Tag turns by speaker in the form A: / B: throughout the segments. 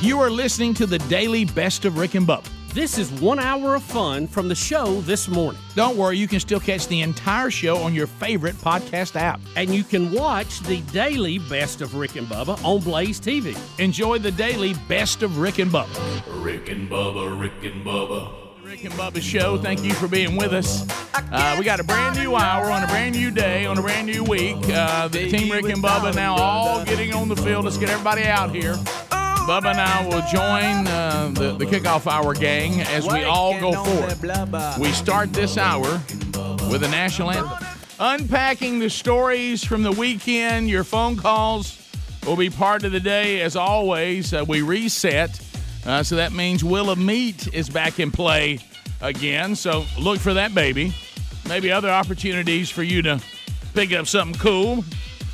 A: You are listening to the daily best of Rick and Bubba.
B: This is one hour of fun from the show this morning.
A: Don't worry, you can still catch the entire show on your favorite podcast app.
B: And you can watch the daily Best of Rick and Bubba on Blaze TV.
A: Enjoy the daily best of Rick and Bubba.
C: Rick and Bubba, Rick and Bubba.
A: Rick and Bubba show, thank you for being with us. Uh, we got a brand new hour on a brand new day on a brand new week. Uh, the team Rick and Bubba now all getting on the field. Let's get everybody out here. Bubba and I will join uh, the, the kickoff hour gang as we all go forward. We start this hour with a national anthem. Unpacking the stories from the weekend, your phone calls will be part of the day. As always, uh, we reset. Uh, so that means Will of Meat is back in play again. So look for that, baby. Maybe other opportunities for you to pick up something cool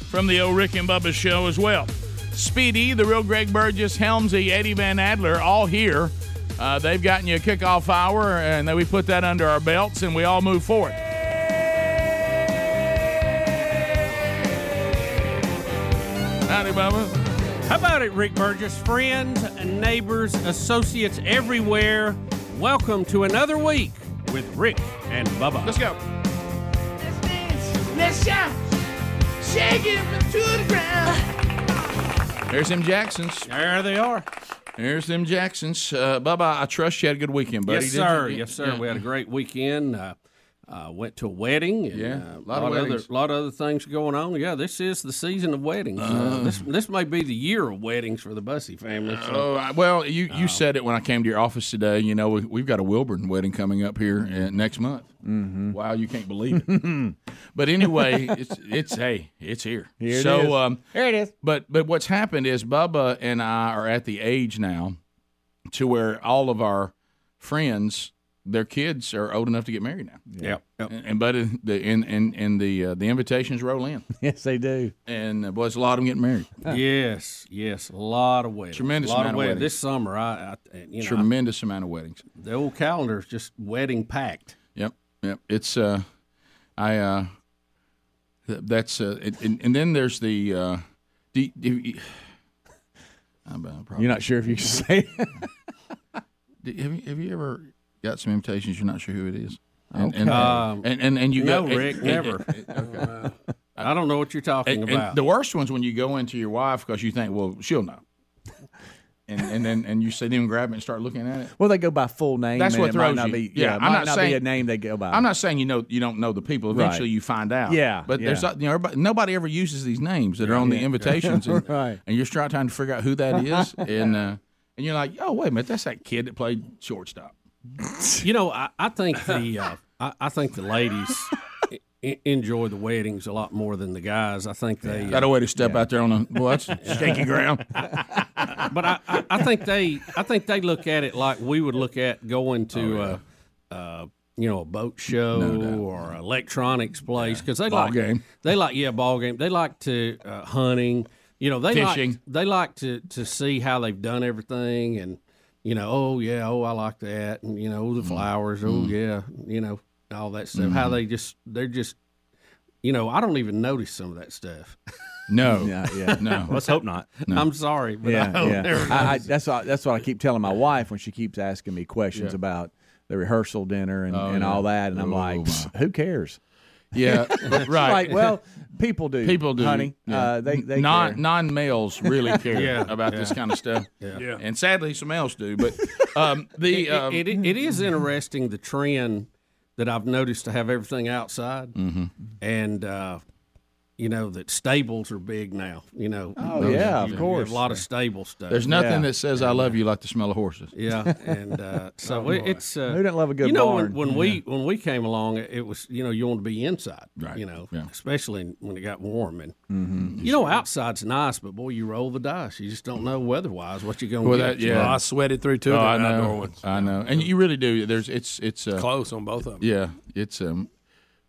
A: from the old Rick and Bubba show as well. Speedy, the real Greg Burgess, Helmsy, Eddie Van Adler, all here. Uh, they've gotten you a kickoff hour, and then we put that under our belts, and we all move forward. Howdy, Bubba.
B: How about it, Rick Burgess? Friends, neighbors, associates everywhere, welcome to another week with Rick and Bubba.
A: Let's go.
D: Let's dance, let's shout, shake it up to the ground.
A: There's them Jacksons.
B: There they are.
A: There's them Jacksons. Uh, Bubba, I trust you had a good weekend, buddy.
B: yes,
A: didn't
B: sir.
A: you?
B: Yes, sir. We had a great weekend. Uh, uh, went to a wedding. And,
A: Yeah,
B: uh,
A: a lot of
B: other,
A: weddings.
B: lot of other things going on. Yeah, this is the season of weddings. Uh, this this may be the year of weddings for the Bussy family. so-
A: Oh, I- well, you, you said it when I came to your office today. You know, we, we've got a Wilburn wedding coming up here uh, next month. Mm-hmm. Wow, you can't believe it. but anyway, it's it's hey, it's here.
E: Here it
A: so,
E: is.
A: um,
E: There it is.
A: but but what's happened is Bubba and I are at the age now to where all of our friends, their kids are old enough to get married now.
B: Yep. yep.
A: And, and but in the and and, and the uh, the invitations roll in,
E: Yes, they do.
A: and uh, boy, it's a lot of them getting married.
B: Yes, yes, a lot of weddings.
A: Tremendous
B: a lot
A: amount of
B: of weddings.
A: weddings.
B: This summer, I, I you know,
A: Tremendous amount of weddings.
B: the old calendar is just wedding packed.
A: Yep, yep. It's uh, I uh, th- that's uh, it, and, and then there's the uh, do, do, I'm, uh, probably,
E: You're not sure if you can say it.
A: do, have you have you ever got some invitations you're not sure who it is? And, and,
B: Um,
A: and, and and you
B: no,
A: go and-
B: Rick,
A: and-
B: never.
A: okay.
B: I don't know what you're talking
A: And, and
B: about.
A: the worst one's when you go into your wife because you think, well, she'll know, and and then and you sit down and grab it and start looking at it.
E: Well, they go by full name.
A: That's
E: and
A: what
E: it
A: throws
E: might not
A: you.
E: Be,
A: Yeah,
E: it
A: I'm
E: might
A: not
E: not
A: saying-
E: be a name they go by.
A: I'm not saying you know you don't know the people. Eventually,
E: Right.
A: you find out.
E: Yeah,
A: but there's
E: yeah.
A: not- you know everybody, nobody ever uses these names that are on the invitations, and,
E: Right.
A: and you're trying trying to figure out who that is, and uh, and you're like, oh wait a minute, that's that kid that played shortstop.
B: you know, I, I think the uh, I, I think the ladies e- enjoy the weddings a lot more than the guys. I think they, uh,
A: Got a way to step out there on a well, that's shaky ground.
B: but I, I, I think they I think they look at it like we would look at going
A: Oh,
B: to. uh, uh, you know, a boat show or an electronics place because they
A: Ball
B: like
A: game.
B: They like yeah, ball game. They like to uh, hunting. You know, they
A: Fishing.
B: like they like to to see how they've done everything and you know, oh yeah, oh I like that and you know, the
A: Mm.
B: flowers, oh yeah, you know, all that stuff. How they just they're just you know, I don't even notice some of that stuff.
A: No,
E: Yeah, yeah.
A: no,
F: Let's hope not.
B: I'm sorry, but I
E: Yeah,
B: don't
E: yeah.
B: ever
E: I, I, that's what, that's what I keep telling my wife when she keeps asking me questions about the rehearsal dinner and,
A: Oh,
E: and all that, and I'm like, "Psst, who cares?
A: yeah, right.
E: Like, well, people do.
A: People do,
E: honey.
A: yeah.
E: Uh, they they
A: non
E: care.
A: non males really care
B: Yeah.
A: about this kind of stuff. Yeah. and sadly, some males do. But um, the um,
B: it, it, it is interesting the
A: Mm-hmm.
B: trend that I've noticed to have everything outside, and uh, you know that stables are big now. You know,
E: Oh,
B: Those-
E: yeah, of
B: you- you have
E: course.
B: a lot of stable stuff.
A: There's nothing
E: Yeah.
A: that says I love you like the smell of horses.
B: yeah, and uh, so it, it's uh,
E: Oh, Who didn't love a good
B: You know,
E: barn?
B: when, when we when we came along, it it was you know you want to be inside,
A: Right,
B: You know,
A: yeah. Mm-hmm.
B: especially when it got warm and you know outside's nice, but boy, you roll the dice. You just don't know weather wise what you're going to
A: Well,
B: get.
A: that yeah.
G: I sweated through two
A: Oh,
G: of
A: I
G: them outdoor
A: know.
G: ones.
A: I know. And you really do. There's it's it's uh,
G: Close on both of them.
A: yeah. It's um.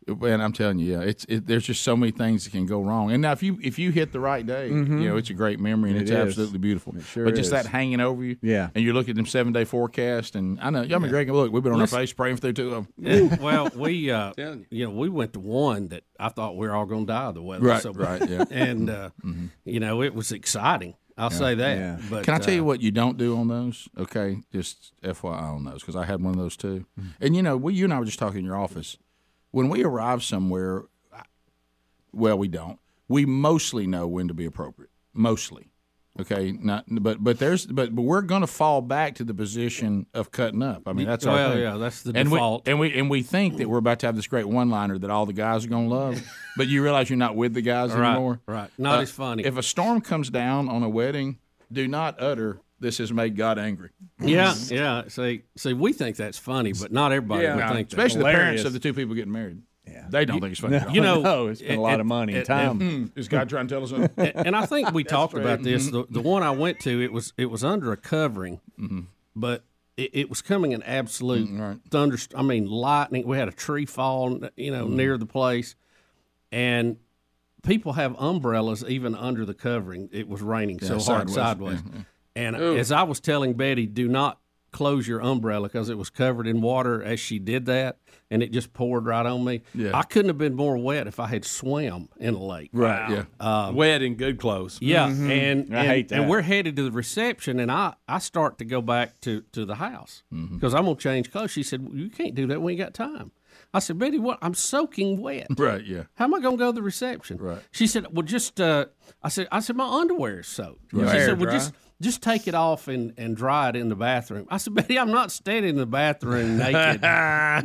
A: And I'm telling you, yeah, it's it, there's just so many things that can go wrong. And now, if you if you hit the right day, you know it's a great memory and
E: It
A: it's
E: is.
A: absolutely beautiful.
E: It sure
A: but just
E: is.
A: that hanging over you,
E: Yeah.
A: And you look at them seven day forecast, and I know. I mean, Greg, look, we've been on our face praying through two of them.
B: Yeah, well, we uh, you. know we went to one that I thought we were all going to die of the weather.
A: Right,
B: so,
A: right, yeah. Mm-hmm.
B: and uh, you know it was exciting. I'll say that.
E: yeah.
B: But
A: Can I tell
B: uh,
A: you what you don't do on those? Okay, just FYI on those because I had one of those too.
B: Mm-hmm.
A: And you know, we you and I were just talking in your office when we arrive somewhere. I- Well, we don't. We mostly know when to be appropriate. Mostly, okay. Not, but but there's but, but we're going to fall back to the position of cutting up. I mean, that's our
B: Well,
A: thing.
B: yeah, that's the
A: and
B: default.
A: We, and we and we think that we're about to have this great one-liner that all the guys are going to love, but you realize you're not with the guys anymore.
B: right. Not
A: Uh,
B: as funny.
A: If a storm comes down on a wedding, do not utter "This has made God angry."
B: yeah, yeah. See, see, we think that's funny, but not everybody would
A: No,
B: think that.
A: especially the parents
E: Hilarious.
A: of the two people getting married. Yeah, they don't think it's funny. at all.
B: you know,
E: no, it's been a lot
B: it-
E: of money and
B: it-
E: time.
A: Hmm, is God trying to tell us? something?
B: and and I think we talked about this.
A: Mm-hmm.
B: The, the one I went to, it was it was under a covering, but it, it was coming in absolute
A: Mm,
B: thunder. I mean, lightning. We had a tree fall, you know,
A: Mm-hmm.
B: near the place, and people have umbrellas even under the covering. It was raining so hard
A: sideways. Mm-hmm.
B: sideways, and as I was telling Betty, do not close your umbrella because it was covered in water as she did that and it just poured right on me
A: Yeah.
B: i couldn't have been more wet if i had swam in a lake
A: right. Yeah.
G: Wet in good clothes.
B: yeah, and,
E: I
B: and-
E: hate that.
B: and we're headed to the reception, and I, I start to go back to, to the house because I'm gonna change clothes. She said, well, "You can't do that. We ain't got time." I said, "Betty, what? I'm soaking wet.
A: Right. Yeah.
B: How am I gonna go to the reception?"
A: Right.
B: She said, "Well, just," uh, I said, "I said my underwear is soaked." She
A: Hair
B: said, "Well,
G: dry.
B: just." Just take it off and, and dry it in the bathroom. I said, Betty, I'm not standing in the bathroom naked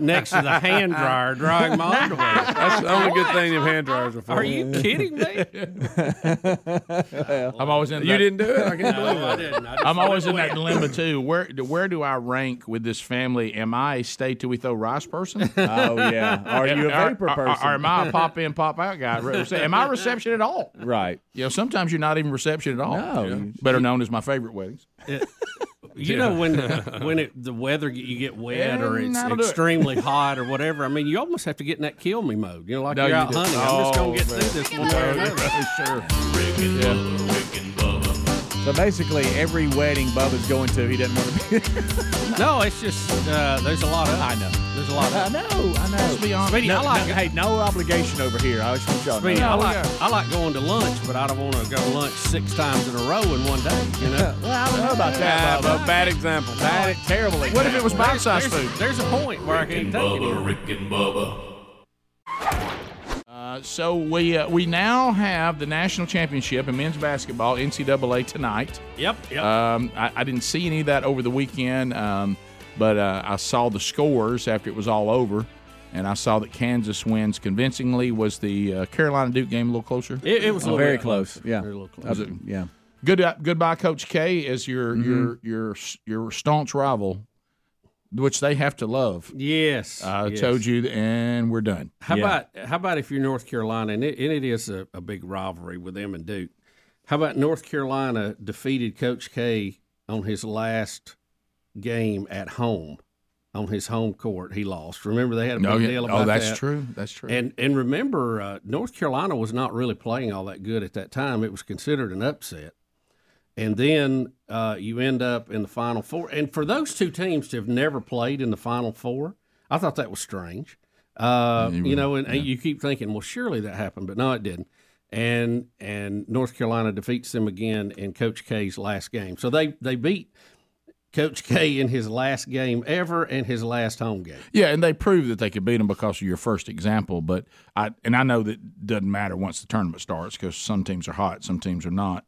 B: next to the hand dryer drying my underwear.
G: That's the only good thing them hand dryers are for.
B: Are you kidding me?
A: I'm always in.
G: You
A: that-
G: didn't do it. I can't believe it.
B: I didn't. I just
A: I'm always in that dilemma too. Where where do I rank with this family? Am I a stay till we throw rice person?
E: oh yeah. Are you a
A: Or-
E: vapor
A: or- or-
E: person?
A: Or, am I a pop in, pop out guy? Am I reception at all?
E: right.
A: You know, sometimes you're not even reception at all.
E: No. You-
A: Better known as my favorite weddings.
B: You know when when it, the weather get- you get wet
A: Yeah,
B: or it's
A: Mm, that'll do it.
B: extremely hot or whatever. I mean, you almost have to get in that kill me mode. You know, like
A: No,
B: you're
A: you
B: out
A: do.
B: hunting. I'm just
A: Oh,
B: gonna get
A: man.
B: through this one way or another.
A: sure.
C: Rick and Bubba, Rick and Bubba,
E: So basically, every wedding Bubba's going to, he doesn't want to be.
B: No, it's just uh, there's a lot of I know. There's a lot of.
E: know. I know. Let's be honest.
B: Speedy, I like it.
E: hey, no obligation over here. I just want y'all
B: I
E: to
B: mean,
E: know.
B: I like I like going to lunch, but I don't want to go to lunch six times in a row in one day. You know,
E: Well, I don't know about
G: Ah,
E: that,
G: but
E: Bubba.
G: bad example.
E: Bad, terrible.
A: What if it was bite
B: there's,
A: sized food?
B: there's a point where I can't
C: and
B: take it.
C: Bubba, Rick and Bubba,
A: Uh, so we uh, we now have the national championship in men's basketball NCAA tonight.
B: Yep, yep.
A: Um, I, I didn't see any of that over the weekend, um, but uh, I saw the scores after it was all over, and I saw that Kansas wins convincingly. Was the uh, Carolina Duke game a little closer?
B: it, it was a little
E: Very
B: bit.
E: close. Yeah.
B: Very little close.
E: Up- Yeah.
A: Good uh, goodbye, Coach K, as your
B: Mm-hmm.
A: your your your staunch rival, which they have to love.
B: Yes,
A: I
B: yes.
A: told you, and we're done.
B: How about how about if you're North Carolina and it, and it is a, a big rivalry with them and Duke. How about North Carolina defeated Coach K on his last game at home on his home court? He lost. Remember they had a big
A: No, yeah.
B: deal about
A: oh, that's
B: that.
A: true. That's true.
B: And and remember, uh, North Carolina was not really playing all that good at that time. It was considered an upset. And then uh, you end up in the Final Four. And for those two teams to have never played in the Final Four, I thought that was strange. Uh, you know, and, and you keep thinking, well, surely that happened, but no, it didn't. And and North Carolina defeats them again in Coach K's last game. So they they beat Coach K in his last game ever and his last home game.
A: Yeah, and they proved that they could beat them because of your first example. But I and I know that doesn't matter once the tournament starts because some teams are hot, some teams are not,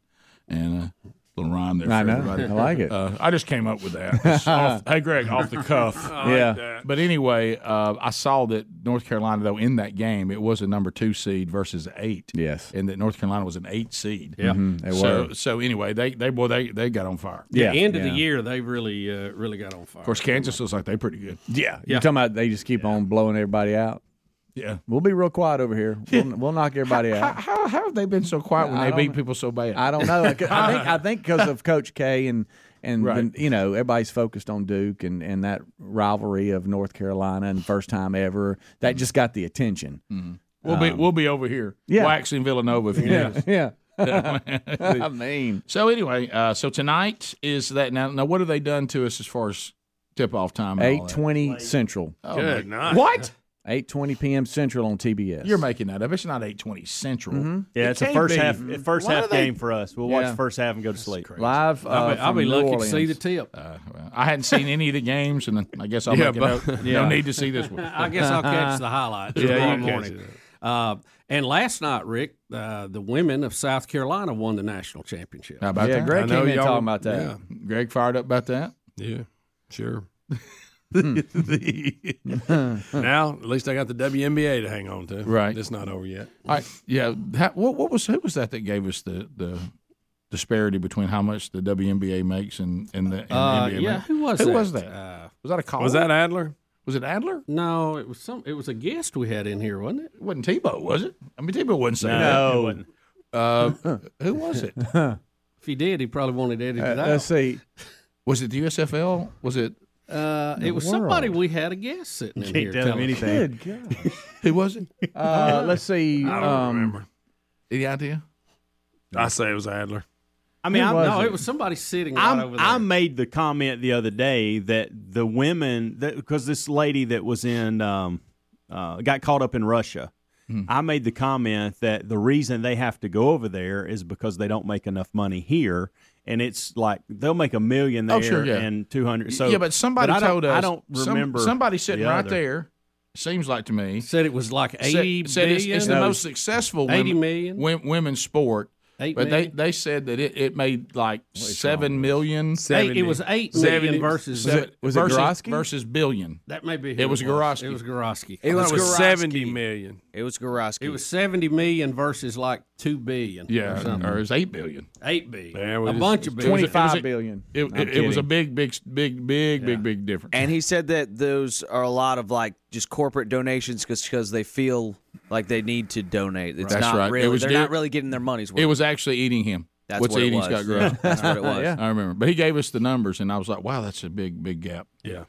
A: and uh, Little rhyme there.
E: I
A: for
E: know.
A: everybody.
E: I like it.
A: Uh, I just came up with that. It's off- hey, Greg, off the cuff.
E: Oh, yeah.
A: But anyway, uh, I saw that North Carolina, though, in that game, it was a number two seed versus eight.
E: Yes.
A: And that North Carolina was an eight seed.
B: Yeah.
E: They
A: So,
E: were.
A: so anyway, they they boy they they got on fire.
E: Yeah.
B: The end of
E: yeah.
B: the year, they really, uh, really got on fire.
A: Of course, Kansas was like they pretty good.
E: Yeah. You're talking about they just keep on blowing everybody out.
A: Yeah.
E: We'll be real quiet over here. We'll, we'll knock everybody
A: How,
E: out.
A: how, how have they been so quiet when
E: I
A: they beat
E: don't-
A: people so bad?
E: I don't know. I think I think because of Coach K and and
A: Right.
E: the- you know everybody's focused on Duke and and that rivalry of North Carolina and first time ever
B: Mm.
E: that just got the attention.
A: we'll be we'll be over here
E: yeah.
A: waxing Villanova if you need us.
E: Yeah. I mean,
A: So anyway, uh, so tonight is that now. Now what have they done to us as far as tip off time? and all
E: eight
A: that?
E: twenty Central,
A: Oh,
G: Good
A: my-
G: night.
A: What?
E: eight twenty p.m. Central on TBS.
A: You're making that up. It's not eight twenty Central.
H: Yeah, it's a
A: can't
H: first
A: be.
H: half first
A: Why do
H: half
A: they-
H: game for us. We'll
E: Yeah.
H: watch the first half and go to sleep.
E: live. Uh,
B: I'll be, I'll
E: from
B: be
E: New
B: lucky
E: Orleans.
B: to see the tip.
A: Uh, well, I hadn't seen any of the games, and I guess I'll
G: Yeah,
A: make
G: but-
A: a note.
E: Yeah.
A: No need to see this one.
B: I guess I'll catch the highlights
G: you
B: tomorrow
G: can catch
B: morning. Uh, and last night, Rick, uh, the women of South Carolina won the national championship.
A: How about
E: Yeah,
A: that?
E: Greg
G: I know
E: came in
G: y'all-
E: talking about that. Uh,
A: Greg fired up about that.
G: Yeah. Yeah. Sure. now, at least I got the WNBA to hang on to.
A: Right.
G: It's not over yet.
A: All right. Yeah. That, what, what was who was that that gave us the the disparity between how much the WNBA makes and and the, and the
B: Uh,
A: NBA?
B: yeah,
A: makes?
B: who was
A: who
B: that?
A: was that?
B: Uh,
A: was that a call?
G: Was that Adler?
A: was it Adler?
B: no, it was some. It was a guest we had in here, wasn't it?
A: It wasn't Tebow? Was it? I mean, Tebow wasn't saying
H: No, it wasn't.
A: that. Uh, who was it?
B: If he did, he probably wanted edited
E: Uh,
B: out.
E: let's see.
A: Was it the USFL? Was it
B: Uh, it was
E: world.
B: somebody we had a guest sitting in here.
H: Can't tell him
B: telling us.
H: anything.
A: who was it?
E: Uh, let's see.
G: I don't
E: Um,
G: remember.
A: Any idea?
G: I say it was Adler.
H: I mean, I'm,
E: was
H: no,
B: No, it was somebody sitting right over
H: I'm,
B: there.
H: I made the comment the other day that the women, because this lady that was in, um, uh, got caught up in Russia.
A: Hmm.
H: I made the comment that the reason they have to go over there is because they don't make enough money here, and it's like they'll make a million there
A: Oh, sure, yeah.
H: and two hundred. So
A: yeah, but somebody
H: I don't-
A: told us.
H: I don't
A: some-
H: remember
A: somebody sitting
H: the
A: right
H: other.
A: there. Seems like to me.
B: said it was like eighty
A: said, said it's, it's the
B: billion?
A: most successful
B: 80
A: women,
B: million?
A: wom- women's sport.
B: Eight
A: but
B: million?
A: they they said that it, it made like seven million.
B: Eight- it was eight million versus
A: seven-
E: was it
A: versus,
E: Gorosky?
A: versus billion.
B: that may be who
A: It was Gorosky.
B: It was Gorosky.
I: It
G: That
I: was,
G: was
I: Gorosky.
G: seventy million.
I: It was Gorosky.
B: It was seventy million versus like two billion. or
A: Yeah,
B: something.
A: or, it's eight billion.
B: eight billion.
G: Yeah, we
B: a
G: just-
B: bunch of billion.
A: was a- it was a-
E: twenty-five billion.
A: It,
E: I'm
A: it, it was a
E: kidding.
A: big, big, big, big, big, big difference.
I: and he said that those are a lot of like just corporate donations because they feel like they need to donate. It's
A: That's
I: not
A: right. It
I: really
A: was
I: they're
A: due-
I: not really getting their money's worth.
A: it was actually eating him.
I: That's
A: What's
I: what it
A: eating
I: was.
A: Scott
I: Yeah,
A: Gross?
I: That's what it was.
E: Yeah.
A: I remember, but he gave us the numbers, and I was like, "Wow, that's a big, big gap."
G: Yeah.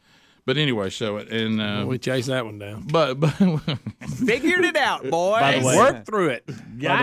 A: But anyway, so and uh,
G: We chased that one down.
A: but but
I: Figured it out, boys.
H: By the way-
I: Worked through it.
H: By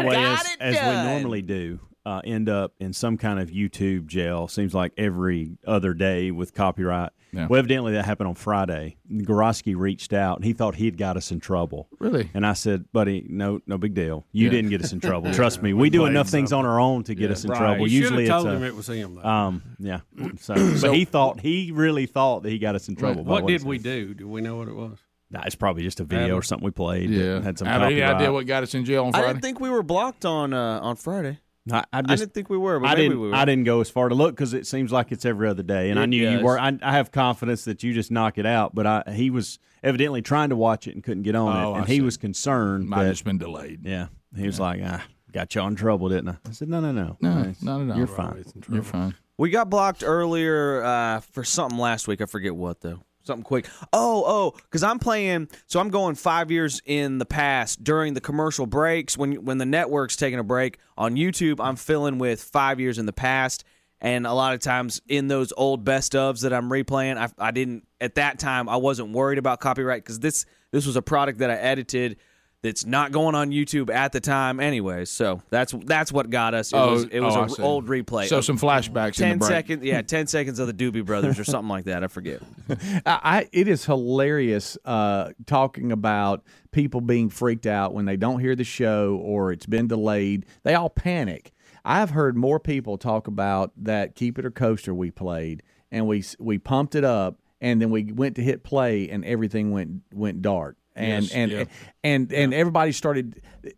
H: the way,
I: Got
H: as,
I: it
H: as
I: done.
H: we normally do, uh, end up in some kind of YouTube jail. Seems like every other day with copyright.
A: Yeah.
H: Well, evidently that happened on Friday. Gorosky reached out and he thought he had got us in trouble.
A: really,
H: And I said, buddy, no, no big deal. You
A: Yeah.
H: didn't get us in trouble. Trust me, we do enough things on our own to get us in trouble.
B: You should
H: Usually, it's
B: have told him
H: a-
B: it was him. Though.
H: um, yeah. So, but he thought he really thought that he got us in trouble. by
B: what
H: he
B: did
H: said.
B: we do? Do we know what it was?
H: Nah, it's probably just a video
B: Adam?
H: or something we played. that
A: yeah.
H: had some
A: I have any
H: copyright.
A: idea what got us in jail on
I: I
A: Friday.
I: didn't think we were blocked on uh, on Friday.
H: I, I
I: I
H: just
I: didn't think we were, but
H: I
I: maybe
H: didn't.
I: we were.
H: I didn't go as far to look because it seems like it's every other day, and I
I: It
H: knew
I: does.
H: you were. I, I have confidence that you just knock it out, but I he was evidently trying to watch it and couldn't get on
A: Oh,
H: it,
A: I
H: and he
A: see.
H: was concerned.
A: Might have
H: that-
A: just been delayed.
H: yeah, he was like, "I got y'all in trouble, didn't I?" I said, "No, no, no,
A: No, not at all.
H: You're fine."
A: You're fine.
I: We got blocked earlier uh, for something last week. I forget what though. Something quick. Oh, oh, because I'm playing. So I'm going five years in the past during the commercial breaks when when the network's taking a break on YouTube. I'm filling with five years in the past, and a lot of times in those old best ofs that I'm replaying, I, I didn't at that time. I wasn't worried about copyright because this this was a product that I edited. That's not going on YouTube at the time, anyway. So that's that's what got us. It
A: Oh,
I: was, it was
A: oh, I
I: an
A: see.
I: old replay.
A: So
I: of-
A: some flashbacks in the
I: 10
A: break.
I: seconds yeah 10 seconds of the doobie brothers or something like that i forget
E: I, I it is hilarious uh, talking about people being freaked out when they don't hear the show or it's been delayed. They all panic. I've heard more people talk about that keep it or coaster we played and we s- we pumped it up and then we went to hit play and everything went went dark and
A: Yes,
E: and,
A: yeah.
E: and and everybody started it,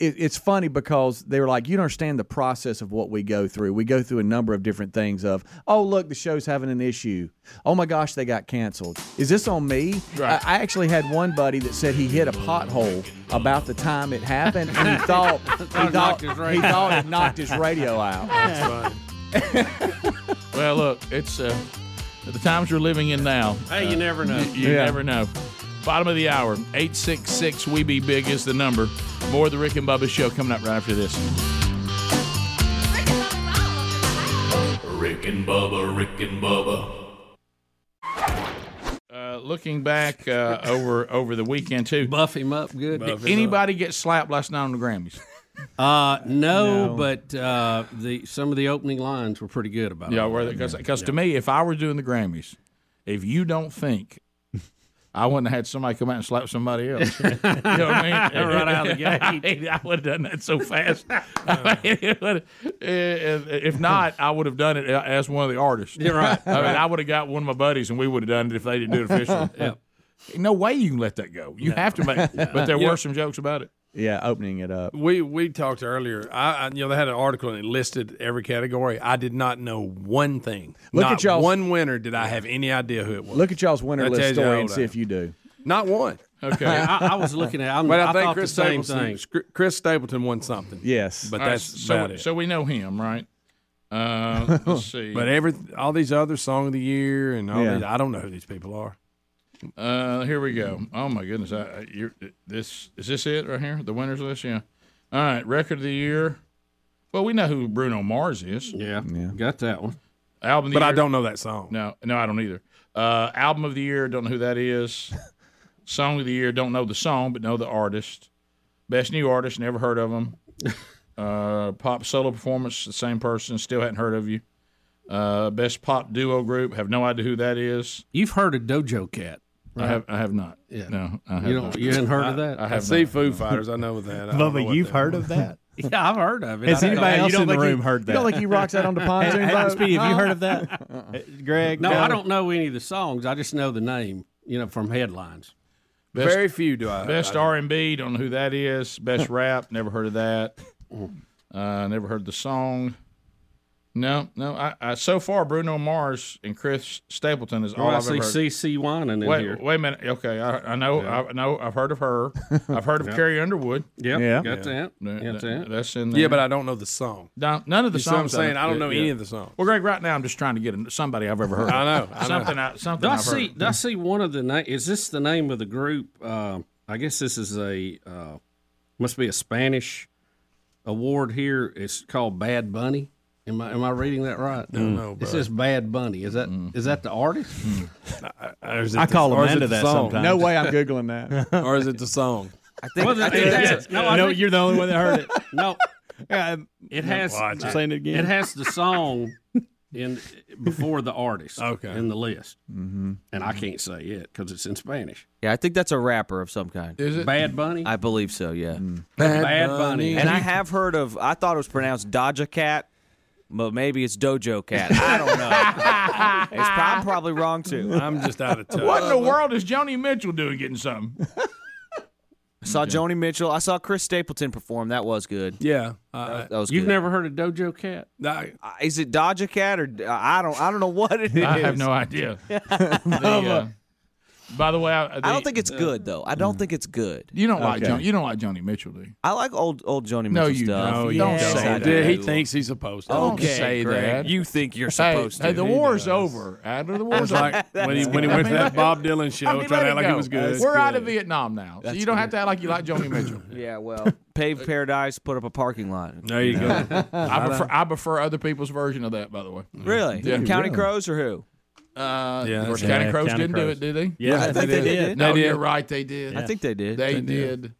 E: it's funny because they were like, you don't understand the process of what we go through. We go through a number of different things of, oh, look, the show's having an issue. Oh my gosh, they got canceled. Is this on me?
J: Right.
E: I, I actually had one buddy that said he hit a pothole about the time it happened and he thought, he,
J: Knocked
E: thought,
J: his
E: he
J: radio.
E: thought it knocked his radio out.
A: well, look, it's uh, the times you're living in now.
B: Hey, you
A: Uh,
B: never know.
A: y- You,
B: Yeah.
A: never know. Bottom of the hour, 866 We Be Big is the number. More of the Rick and Bubba Show coming up right after this.
C: Rick and Bubba, Rick and Bubba.
A: Uh, looking back uh, over over the weekend, too.
B: Buff him up good.
A: Did anybody get slapped last night on the Grammys?
B: Uh, no, but uh, the some of the opening lines were pretty good about
A: Yeah,
B: all
A: where
B: that.
A: because to me, if I were doing the Grammys, if you don't think. I wouldn't have had somebody come out and slap somebody else. you know what I mean?
J: Right out of the gate.
A: I, mean, I would have done that so fast. I mean, it would- if if not, I would have done it as one of the artists.
J: Yeah, right.
A: I mean, I would have got one of my buddies, and we would have done it if they didn't do it officially.
E: Yeah.
A: No way you can let that go. You
G: No.
A: have to make.
G: No.
A: But there
G: You
A: were
G: know-
A: some jokes about it.
E: Yeah, opening it up.
G: We we talked earlier. I, I you know they had an article and it listed every category. I did not know one thing.
E: Look
G: Not
E: at y'all's-
G: one winner. Did I have any idea who it was?
E: Look at y'all's winner
G: That
E: list
G: tells you
E: story
G: how
E: and
G: old
E: see
G: I
E: if you do.
G: Not one.
A: Okay,
B: I- I was looking at- I'm-
G: but I,
B: I
G: think
B: thought the
G: Chris
B: same
G: Stapleton. Chris Stapleton won something.
E: Yes,
G: but
A: All right,
G: that's
A: so,
G: about it.
A: so we know him, right? Uh, let's see.
G: But every all these other song of the year and all
A: Yeah.
G: these, I don't know who these people are.
A: Uh, here we go. Oh my goodness, I, I- you're, this is this it right here? The winners list, yeah. All right, record of the year. Well, we know who Bruno Mars is.
B: Yeah, yeah. got that one.
A: Album, of the
G: But I
A: year-
G: don't know that song.
A: No, no, I don't either. Uh, album of the year, don't know who that is. song of the year, don't know the song, but know the artist. Best new artist, never heard of him. Uh, pop solo performance, the same person, still hadn't heard of you. Uh, best pop duo group, have no idea who that is.
B: You've heard of Dojo Cat?
A: I have. I have not.
B: Yeah.
A: No, uh, I have
B: You don't-
A: not.
B: you hadn't heard of that?
A: I,
B: I
A: have
G: see
A: not.
G: Foo
A: No.
G: Fighters. I know that. I don't know
H: Bubba,
G: what
H: you've
G: that
H: heard
G: is.
H: of that?
B: Yeah, I've heard of it.
H: Has
B: I don't-
H: anybody
B: Hey, you
H: else
B: don't
H: in the
B: think he-
H: room heard that?
B: you don't think he rocks out on the pontoon
H: Hey,
B: boat?
H: Speedy, have
B: No.
H: you heard of that, Uh, Greg?
B: No,
H: Tyler?
B: I don't know any of the songs. I just know the name, you know, from headlines.
A: Best- Very
G: few do I.
A: Best R and B, don't know who that is. Best rap, never heard of that.
B: Mm.
A: Uh, never heard the song. No, no. I, I so far Bruno Mars and Chris Stapleton is all
B: Well, I
A: I've
B: see
A: ever heard.
B: CC Winan in
A: wait,
B: here.
A: wait a minute. Okay, I, I know,
B: Yeah.
A: I know. I've heard of her. I've heard of
B: Yeah.
A: Carrie Underwood.
B: Yep, Yeah. got that,
A: No,
B: got
A: no,
B: that.
A: That's in there.
G: Yeah, but I don't know the song.
A: No, none of the
G: You see what I'm
A: songs.
G: saying? I don't know
A: Yeah.
G: any of the songs.
A: Well, Greg, right now I'm just trying to get a- somebody I've ever heard. of.
G: I know, I know.
A: something. I,
B: Do
A: something.
B: I
A: I've
B: see?
A: heard.
B: Do I see one of the name? Is this the name of the group? Um I guess this is a uh, must be a Spanish award here. It's called Bad Bunny. Am I am I reading that right?
G: Don't know,
B: It
G: bro.
B: says Bad Bunny. Is that is that the artist?
G: Or is it
B: I
G: the-
B: call
G: or is
B: Amanda
G: it the
B: that
G: song?
B: sometimes. No way I'm
E: Googling
G: that. or is it the song? I
B: think- Well, I think it that's- is. no, I think- No, it has.
G: Watch it.
H: Saying it again.
B: has the song in before the artist. Okay. in the list,
I: Mm-hmm.
B: and I can't say it because it's in Spanish.
I: Yeah, I think that's a rapper of some kind.
A: Is it Mm.
B: Bad Bunny?
I: I believe so. Yeah,
B: Bad Bad Bunny. Bunny.
I: And I have heard of. I thought it was pronounced Doja Cat, but maybe it's Dojo Cat. I don't know. it's, I'm probably wrong too.
G: I'm just out of touch.
A: What in the world is Joni Mitchell doing? Getting something?
I: I saw Joni Mitchell. I saw Chris Stapleton perform. That was good.
G: Yeah,
I: that, that was.
B: You've
I: good.
B: never heard of Dojo Cat?
I: Uh, Is it Doja Cat or uh, I don't? I don't know what it is.
A: I have no idea. The, uh, by the way, I,
I: I don't think it's good though. I
A: Mm.
I: don't think it's good.
A: You don't like Johnny. You don't like Johnny Mitchell, do you?
I: I like old old Joni Mitchell
A: No, you
I: stuff.
A: don't.
I: Yes,
A: Don't
I: I
A: say that.
I: do.
A: Dude, he thinks
G: he's supposed
A: to. Don't
I: Okay,
A: say
I: Greg,
A: that.
I: You think you're
A: Hey,
I: supposed
A: hey,
I: to?
A: the war's over. After the war's
G: It's like
A: over.
G: when he- when he went to that Bob Dylan show,
A: mean,
G: tried to act
A: let it
G: like he
A: go.
G: was good.
A: We're
G: That's
A: out
G: good.
A: of Vietnam now, so
I: That's
A: you don't have to act like you like Joni Mitchell.
I: Yeah, well, Uh, paved paradise, put up a parking lot.
G: There you go.
A: I prefer I prefer other people's version of that, by the way.
I: Really?
A: Yeah.
I: County
A: Really?
I: Crows or who?
A: Uh,
I: Yeah,
A: of course,
I: that's-
A: County
I: Yeah,
A: Crows
I: County
A: didn't
I: Crows.
A: do it, did they?
I: Yeah, I think they did.
A: No,
I: They
A: you're
I: did.
A: right, they did.
I: I think they did.
A: They
I: They did.
A: did.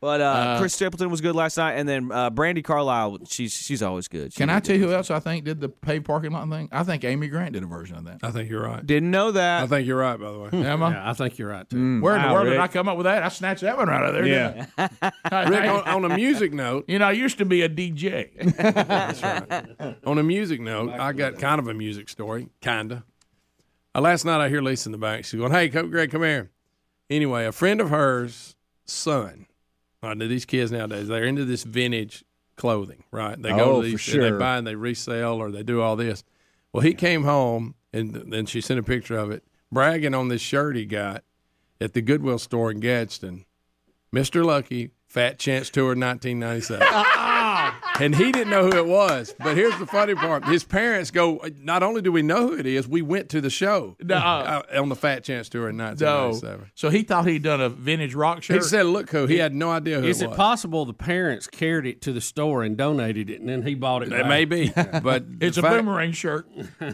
I: But uh,
A: Uh,
I: Chris Stapleton was good last night, and then uh, Brandy Carlisle, she's she's always good. She
A: Can I
I: really
A: tell you who else I think did the paved parking lot thing? I think Amy Grant did a version of that.
G: I think you're right.
I: good. Didn't know that.
G: I think you're right. By the way,
A: Am I?
B: I think you're right too.
A: Where in the world did I come up with that? I snatched that one right out of there.
G: Yeah.
A: didn't I?
G: Rick, on, on a music note,
A: you know, I used to be a DJ.
G: on a music note, I got kind of a music story, kinda. Uh, last night I hear Lisa in the back. She's going, "Hey, come, Greg, come here." Anyway, a friend of hers, son, All right, now these kids nowadays, they're into this vintage clothing, right? They go
K: Oh,
G: to
K: for
G: these, and
K: sure.
G: they buy and they resell or they do all this. Well, he came home and then she sent a picture of it, bragging on this shirt he got at the Goodwill store in Gadsden. Mr. Lucky, Fat Chance Tour 1997.
A: Uh-uh.
G: and he didn't know who it was. But here's the funny part: his parents go. Not only do we know who it is, we went to the show
A: No.
G: uh, on the Fat Chance Tour in
A: No.
G: 1997.
A: So he thought he'd done a vintage rock
G: He
A: shirt.
G: said, "Look who." He had no idea who
B: Is
G: it
B: it
G: was.
B: possible the parents carried it to the store and donated it, and then he bought it?
G: It may be, but
A: It's
G: the
A: a
G: fact-
A: boomerang shirt.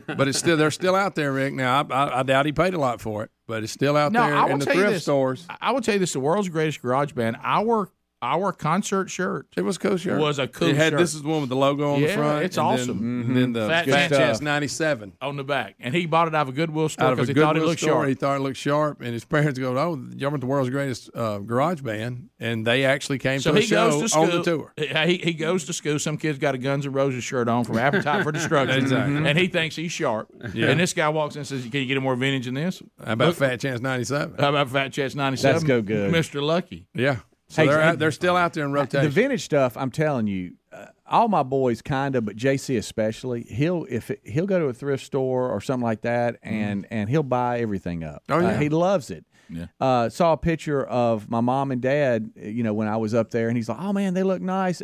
G: But it's still they're still out there, Rick. Now I, I, I doubt he paid a lot for it, but it's still out there in the
K: tell you
G: thrift
K: this.
G: stores.
K: I- I will tell you this: the world's greatest garage band, our our concert shirt.
G: It was a cool shirt.
A: Was a cool
G: it had,
A: shirt.
G: This is the one with the logo on
K: Yeah,
G: the front.
K: it's
G: and then- mm-hmm,
K: awesome.
G: and then the
A: Mm-hmm. Fat
G: Fat,
A: Chance.
G: Chance '97.
A: on the back, and he bought it out of a Goodwill store
G: Out of
A: because
G: a
A: he thought it
G: Goodwill
A: looked
G: store,
A: sharp.
G: he thought it looked sharp, and his parents go, "Oh, you're with the world's greatest uh, garage band," and they actually came
A: So
G: to
A: he
G: a show
A: goes to school.
G: on the tour.
A: Yeah, He, he goes to school. Some kid's got a Guns N' Roses shirt on from Appetite for Destruction,
G: Exactly.
A: and he thinks he's sharp.
G: Yeah. Uh,
A: And this guy walks in and says, "Can you get a more vintage than this?"
G: How about
A: Look- Uh,
G: Fat Chance '97?
A: How about Fat Chats ninety seven?
E: That's go good.
A: Mister Lucky.
G: Yeah, so
E: Hey,
G: they're
E: hey,
G: out, they're still out there
A: uh,
G: in rotation.
E: The vintage stuff, I'm telling you, uh, all my boys kind of, but JC especially, he'll if it, he'll go to a thrift store or something like that, and and he'll buy everything up.
G: Mm-hmm. Oh,
E: Uh,
G: yeah.
E: he loves it.
K: Yeah.
E: Uh, saw a picture of my mom and dad, uh, you know, when I was up there, and he's like, "Oh man, they look nice.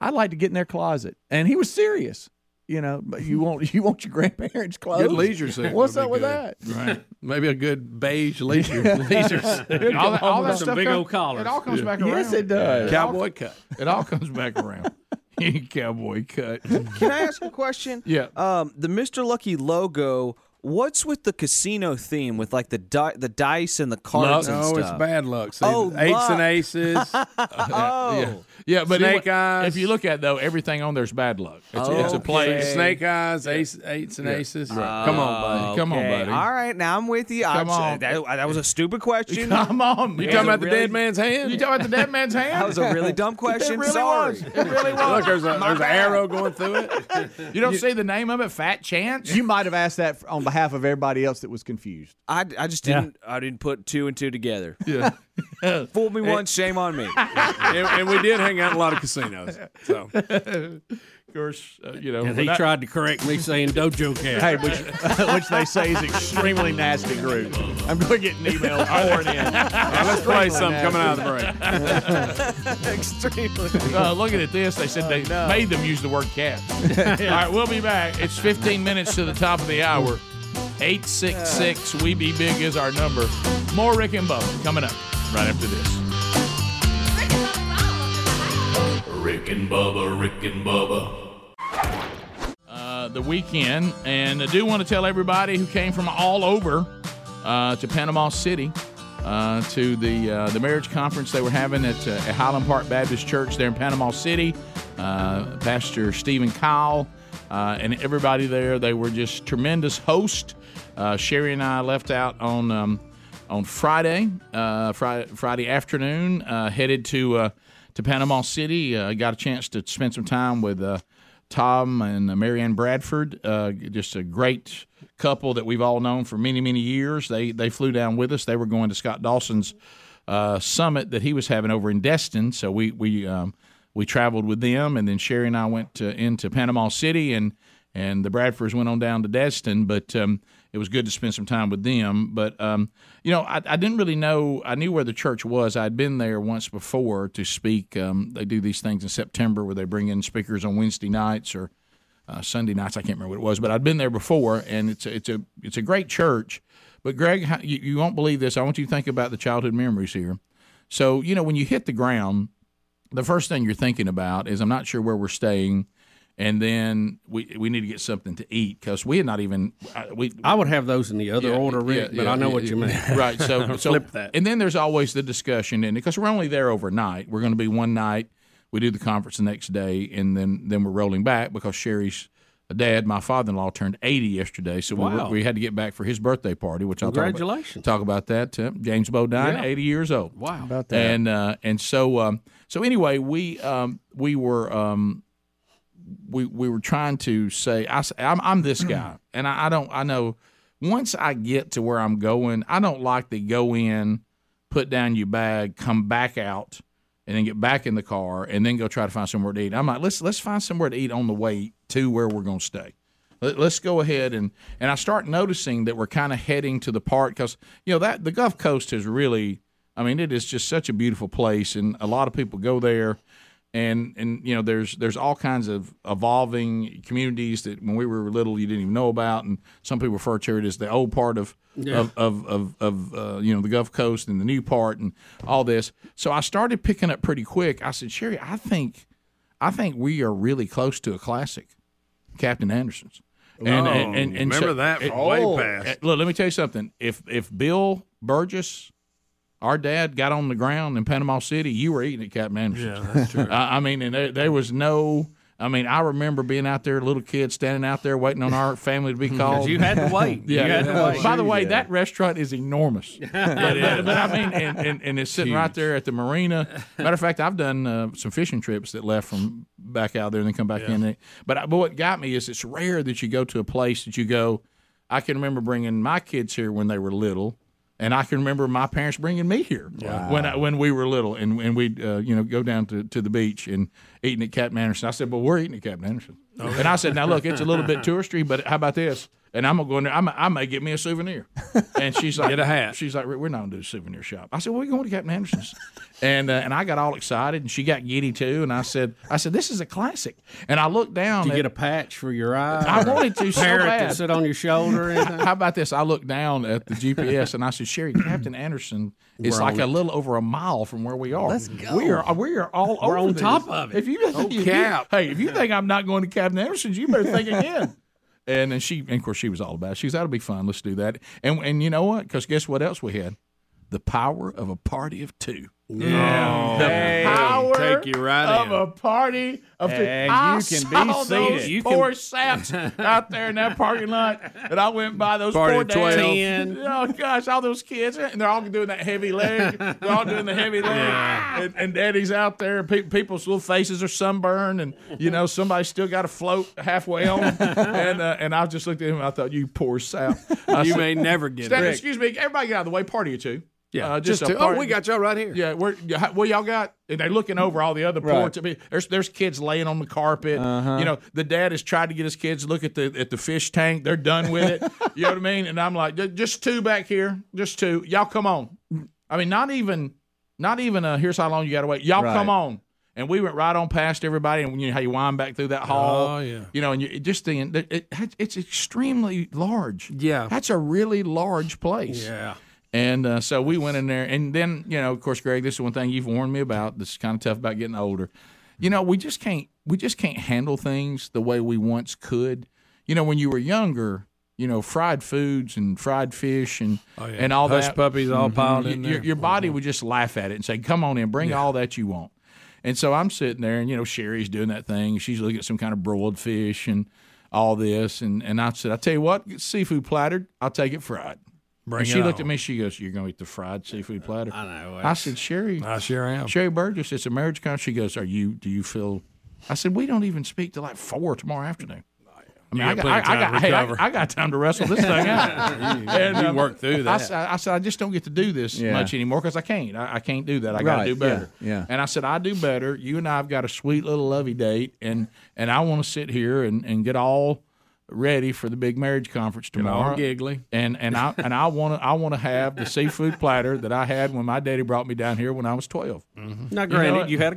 E: I'd like to get in their closet." And he was serious, you know. But you want you want your grandparents' clothes?
G: Good leisure suit.
E: What's
G: would be
E: up with
G: good.
E: that?
G: Right. Maybe a good beige leisure leisure suit.
A: All that, all
B: with
A: that
B: some
A: stuff
B: big
A: comes-
B: old collars.
A: It all comes back around.
E: Yes, it does.
G: Cowboy cut.
A: It all comes back around. Cowboy cut.
I: Can I ask a question?
A: Yeah.
I: Um, the Mr. Lucky logo. What's with the casino theme with like the di- the dice and the cards and
G: no,
I: stuff?
G: it's bad luck. See,
I: Oh,
G: eights
I: luck.
G: and aces.
I: Oh,
A: Yeah, but
G: Snake
A: it-
G: eyes.
A: If you look at it, though, everything on there's bad luck. It's, it's a play.
I: Okay.
G: Snake eyes, ace, eights and aces. Come
A: Uh,
G: on, buddy. Come
I: Okay,
G: on, buddy.
I: All right, now I'm with you. Come
A: on.
I: That, that was a stupid question. that
A: Come on,
G: You talking about the dead man's hand?
A: You talking about the dead man's hand?
I: was a really dumb question.
A: really
I: Sorry.
A: was. It really
G: Look,
A: was.
G: there's, a, there's an arrow going through it.
A: You don't see the name of it, Fat Chance.
E: You might have asked that on behalf of everybody else that was confused.
I: I, I just didn't I didn't put two and two together.
A: Yeah.
I: Fooled me once, shame on me.
G: and, and we did hang out in a lot of casinos. So
A: of course, uh, you know.
B: And he
A: but I-
B: tried to correct me saying dojo cat.
E: Hey, which, which they say is extremely nasty group. I'm going to get an email pouring in.
G: now let's play something coming out of the break.
I: Extremely.
A: uh, looking at this, they said they made them use the word cat. All right, we'll be back. It's 15 minutes to the top of the hour. 866 We Be Big is our number. More Rick and Bubba coming up right after this.
C: Rick and Bubba, Rick and Bubba.
A: uh, the weekend, and I do want to tell everybody who came from all over uh, to Panama City uh, to the uh, the marriage conference they were having at, uh, at Highland Park Baptist Church there in Panama City. Uh, Pastor Stephen Kyle uh, and everybody there, they were just tremendous hosts. Uh, Sherry and I left out on um, on Friday, uh, Friday, Friday afternoon, uh, headed to uh, to Panama City. Uh, got a chance to spend some time with. Uh, Tom and uh, Marianne Bradford, uh, just a great couple that we've all known for many, many years. They they flew down with us. They were going to Scott Dawson's uh, summit that he was having over in Destin. So we we um, we traveled with them, and then Sherry and I went to, into Panama City, and and the Bradfords went on down to Destin. But um, it was good to spend some time with them. But um, you know, I, I didn't really know. I knew where the church was. I'd been there once before to speak. Um, they do these things in September where they bring in speakers on Wednesday nights or uh, Sunday nights. I can't remember what it was, but I'd been there before, and it's a, it's a it's a great church. But Greg, how- you, you won't believe this. I want you to think about the childhood memories here. So you know, when you hit the ground, the first thing you're thinking about is I'm not sure where we're staying. And then we we need to get something to eat because we had not even I- we
B: I would have those in the other
A: yeah,
B: order,
A: yeah,
B: Rick, but
A: yeah,
B: I know
A: yeah,
B: what you mean.
A: yeah. Right. So, so flip that. And then there's always the discussion, and because we're only there overnight, we're going to be one night. We do the conference the next day, and then then we're rolling back because Sherry's dad, my father-in-law, turned 80 yesterday, so we, were,
B: Wow.
A: we had to get back for his birthday party, which I'll
B: Congratulations.
A: talk about, talk about that. Uh, James Bodine, 80 years old. Wow.
E: About that.
A: And uh, and so um, so anyway, we um, we were um, we we were trying to say I am I'm this guy, and I, I don't I know once I get to where I'm going, I don't like to go in, put down your bag, come back out, and then get back in the car and then go try to find somewhere to eat. I'm like, let's let's find somewhere to eat on the way to where we're going to stay. Let, us go ahead and and I start noticing that we're kind of heading to the park because you know that the Gulf Coast is really, I mean, it is just such a beautiful place and a lot of people go there. And, and you know there's there's all kinds of evolving communities that when we were little you didn't even know about and some people refer to it as the old part of
C: Yeah.
A: of, of of of uh, you know the Gulf Coast and the new part and all this. So I started picking up pretty quick. I said, Sherry, I think I think we are really close to a classic, Captain Anderson's.
G: Oh, remember that from way past.
A: Oh, eh, Look, let me tell you something. If if Bill Burgess, our dad, got on the ground in Panama City, you were eating at Captain Anderson's.
G: Yeah, that's true.
A: I, I mean, and there, there was no. I mean, I remember being out there, little kid standing out there waiting on our family to be called.
G: you had to wait. You
A: Yeah.
G: had to
B: Oh,
G: wait.
A: By the
G: Yeah.
A: way, that restaurant is enormous.
G: It
A: but,
G: is.
A: but I mean, and, and, and it's sitting right there at the marina. Matter of fact, I've done uh, some fishing trips that left from back out there and then come back in. But, I, but what got me is it's rare that you go to a place that you go. I can remember bringing my kids here when they were little, and I can remember my parents bringing me here
G: Wow.
A: when I, when we were little, and and we'd uh, you know go down to, to the beach and eating at Captain Anderson. I said, "Well, we're eating at Captain Anderson," and I said, "Now look, it's a little bit touristy, but how about this?" And I'm gonna go in there. I'm, I may get me a souvenir. And she's like,
G: Get a hat.
A: She's like, "We're not gonna do a souvenir shop." I said, "Well, we're going to Captain Anderson's," and uh, and I got all excited, and she got giddy too. And I said, "I said this is a classic." And I looked down.
B: Did you
A: at-
B: get a patch for your eye?
A: I
B: or
A: wanted
B: a
A: to so
B: parrot
A: bad.
B: to sit on your shoulder. Or anything?
A: How about this? I looked down at the GPS and I said, "Sherry, Captain Anderson is
B: We're
A: like
B: on
A: a
B: it.
A: little over a mile from where we are.
B: Let's go.
A: We are uh, we are all
B: We're
A: over
B: on
A: this.
B: top of it.
A: If you,
B: Oh,
A: if you-
B: Cap.
A: hey, if you think I'm not going to Captain Anderson's, you better think again." And then she, and of course, she was all about. It. She's that'll be fun. Let's do that. And and you know what? Because guess what else we had? The power of a party of two.
C: Yeah.
A: The
C: Hey,
A: power
C: take you right
A: of
C: in.
A: a party of two.
C: Hey,
A: I
C: you can be
A: saw
C: seated.
A: those
C: You can-
A: poor saps out there in that parking lot, and I went by those
C: Party
A: poor
C: of 12.
A: dads. Oh gosh, all those kids, and they're all doing that heavy leg. They're all doing the heavy leg, and, and daddy's out there. and Pe- people's little faces are sunburned, and you know somebody still got a float halfway on. and uh, and I just looked at him. and I thought, you poor sap. I
G: You
A: said-
G: may never get
A: Stan,
G: it.
A: Excuse me, everybody get out of the way. Party of two.
G: Yeah,
A: Uh,
G: just
A: a
G: two. Oh,
A: party-
G: we got y'all right here.
A: Yeah, where yeah, how- what y'all got? And they're looking over all the other
G: Right.
A: ports. I mean, there's there's kids laying on the carpet.
G: Uh-huh.
A: You know, the dad has tried to get his kids to look at the at the fish tank. They're done with it. you know what I mean? And I'm like, "Ju- just two back here, just two. Y'all come on. I mean, not even not even a here's how long you got to wait. Y'all all
G: Right.
A: come on. And we went right on past everybody, and you know how you wind back through that hall.
G: Oh, yeah.
A: You know, and you it just thinking that it, it's extremely large.
G: Yeah.
A: that's a really large place.
G: Yeah.
A: And uh, so we went in there, and then you know, of course, Greg, this is one thing you've warned me about. This is kind of tough about getting older. You know, we just can't we just can't handle things the way we once could. You know, when you were younger, you know, fried foods and fried fish and
G: Oh, yeah.
A: and all
G: Hush
A: that mm-hmm.
G: puppies all piled
A: Y-
G: in
A: your-
G: there. Mm-hmm.
A: Your body would just laugh at it and say, "Come on in, bring all that you want." And so I'm sitting there, and you know, Sherry's doing that thing. She's looking at some kind of broiled fish and all this, and and I said, "I tell you what, get seafood plattered. I'll take it fried."
G: Bring
A: and
G: it
A: she looked
G: on.
A: at me. She goes, "You're going to eat the fried seafood platter." I know. I
G: it's-
A: said, "Sherry,
G: I sure am.
A: Sherry Burgess, it's a marriage conference." She goes, "Are you? Do you feel?" I said, "We don't even speak till like four tomorrow afternoon." I mean,
G: Oh, You
A: I
G: got
A: got,
G: plenty
A: I,
G: of
A: I
G: time
A: got,
G: to
A: hey, I,
G: recover.
A: I got time to wrestle this thing out.
G: You- you work through
A: uh, I
G: that.
A: said, I said, I just don't get to do this
G: Yeah.
A: much anymore because I can't. I, I can't do that. I got to
G: Right,
A: do better.
G: yeah, yeah.
A: And I said, I do better. You and I have got a sweet little lovey date, and and I want to sit here and, and get all ready for the big marriage conference
G: all
A: tomorrow.
G: giggly.
A: And and I and I want to I want to have the seafood platter that I had when my daddy brought me down here when I was twelve.
G: Mm.
B: Now,
A: You know
B: granted, you,
A: what?
B: had a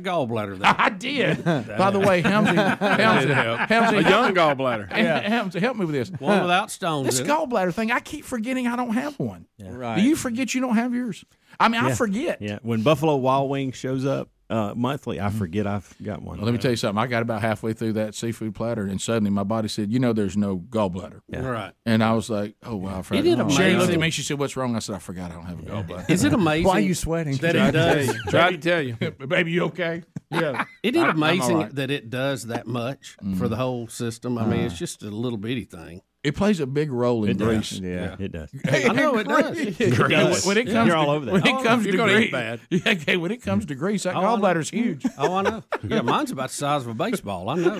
B: gallbladder. Then.
A: I did. By the way, Helmsy,
B: Did
A: Helmsy,
B: help.
A: Helmsy
B: A young gallbladder.
A: Yeah. Helmsy, help me with this.
B: One without stones
A: This
B: in it.
A: gallbladder thing, I keep forgetting I don't have one.
H: Right.
A: Do you forget you don't have yours? I mean, I
H: Yeah.
A: forget.
H: Yeah, when Buffalo Wild Wings shows up uh, monthly, I forget I've got one.
A: Well, let me tell you something. I got about halfway through that seafood platter, and suddenly my body said, "You know, there's no gallbladder."
H: Yeah. Right.
A: And I was like, "Oh wow!" I forgot.
B: Isn't it
A: Sherry looked at
B: amazing-
A: me. She said, "What's wrong?" I said, "I forgot I don't have a gallbladder."
B: Is it amazing? That it does.
G: Tried to tell you,
A: baby, you okay? Yeah.
B: Isn't
A: I-
B: it
A: I'm
B: amazing
A: all right.
B: that it does that much for the whole system? I mean, it's
A: Uh.
B: just a little bitty thing.
A: It plays a big role in Greece.
H: it does.
B: I know it does.
A: Greece.
B: It does.
A: When it
B: Yeah.
A: comes,
B: You're
A: to,
B: all over that.
A: When
B: Oh,
A: it comes
B: you're
A: to
B: gonna eat
A: Greece,
B: bad.
A: Yeah, okay, when it comes to Greece, that
B: Oh, I know.
A: gallbladder's huge.
B: Oh, I know. Yeah, mine's about the size of a baseball. I know.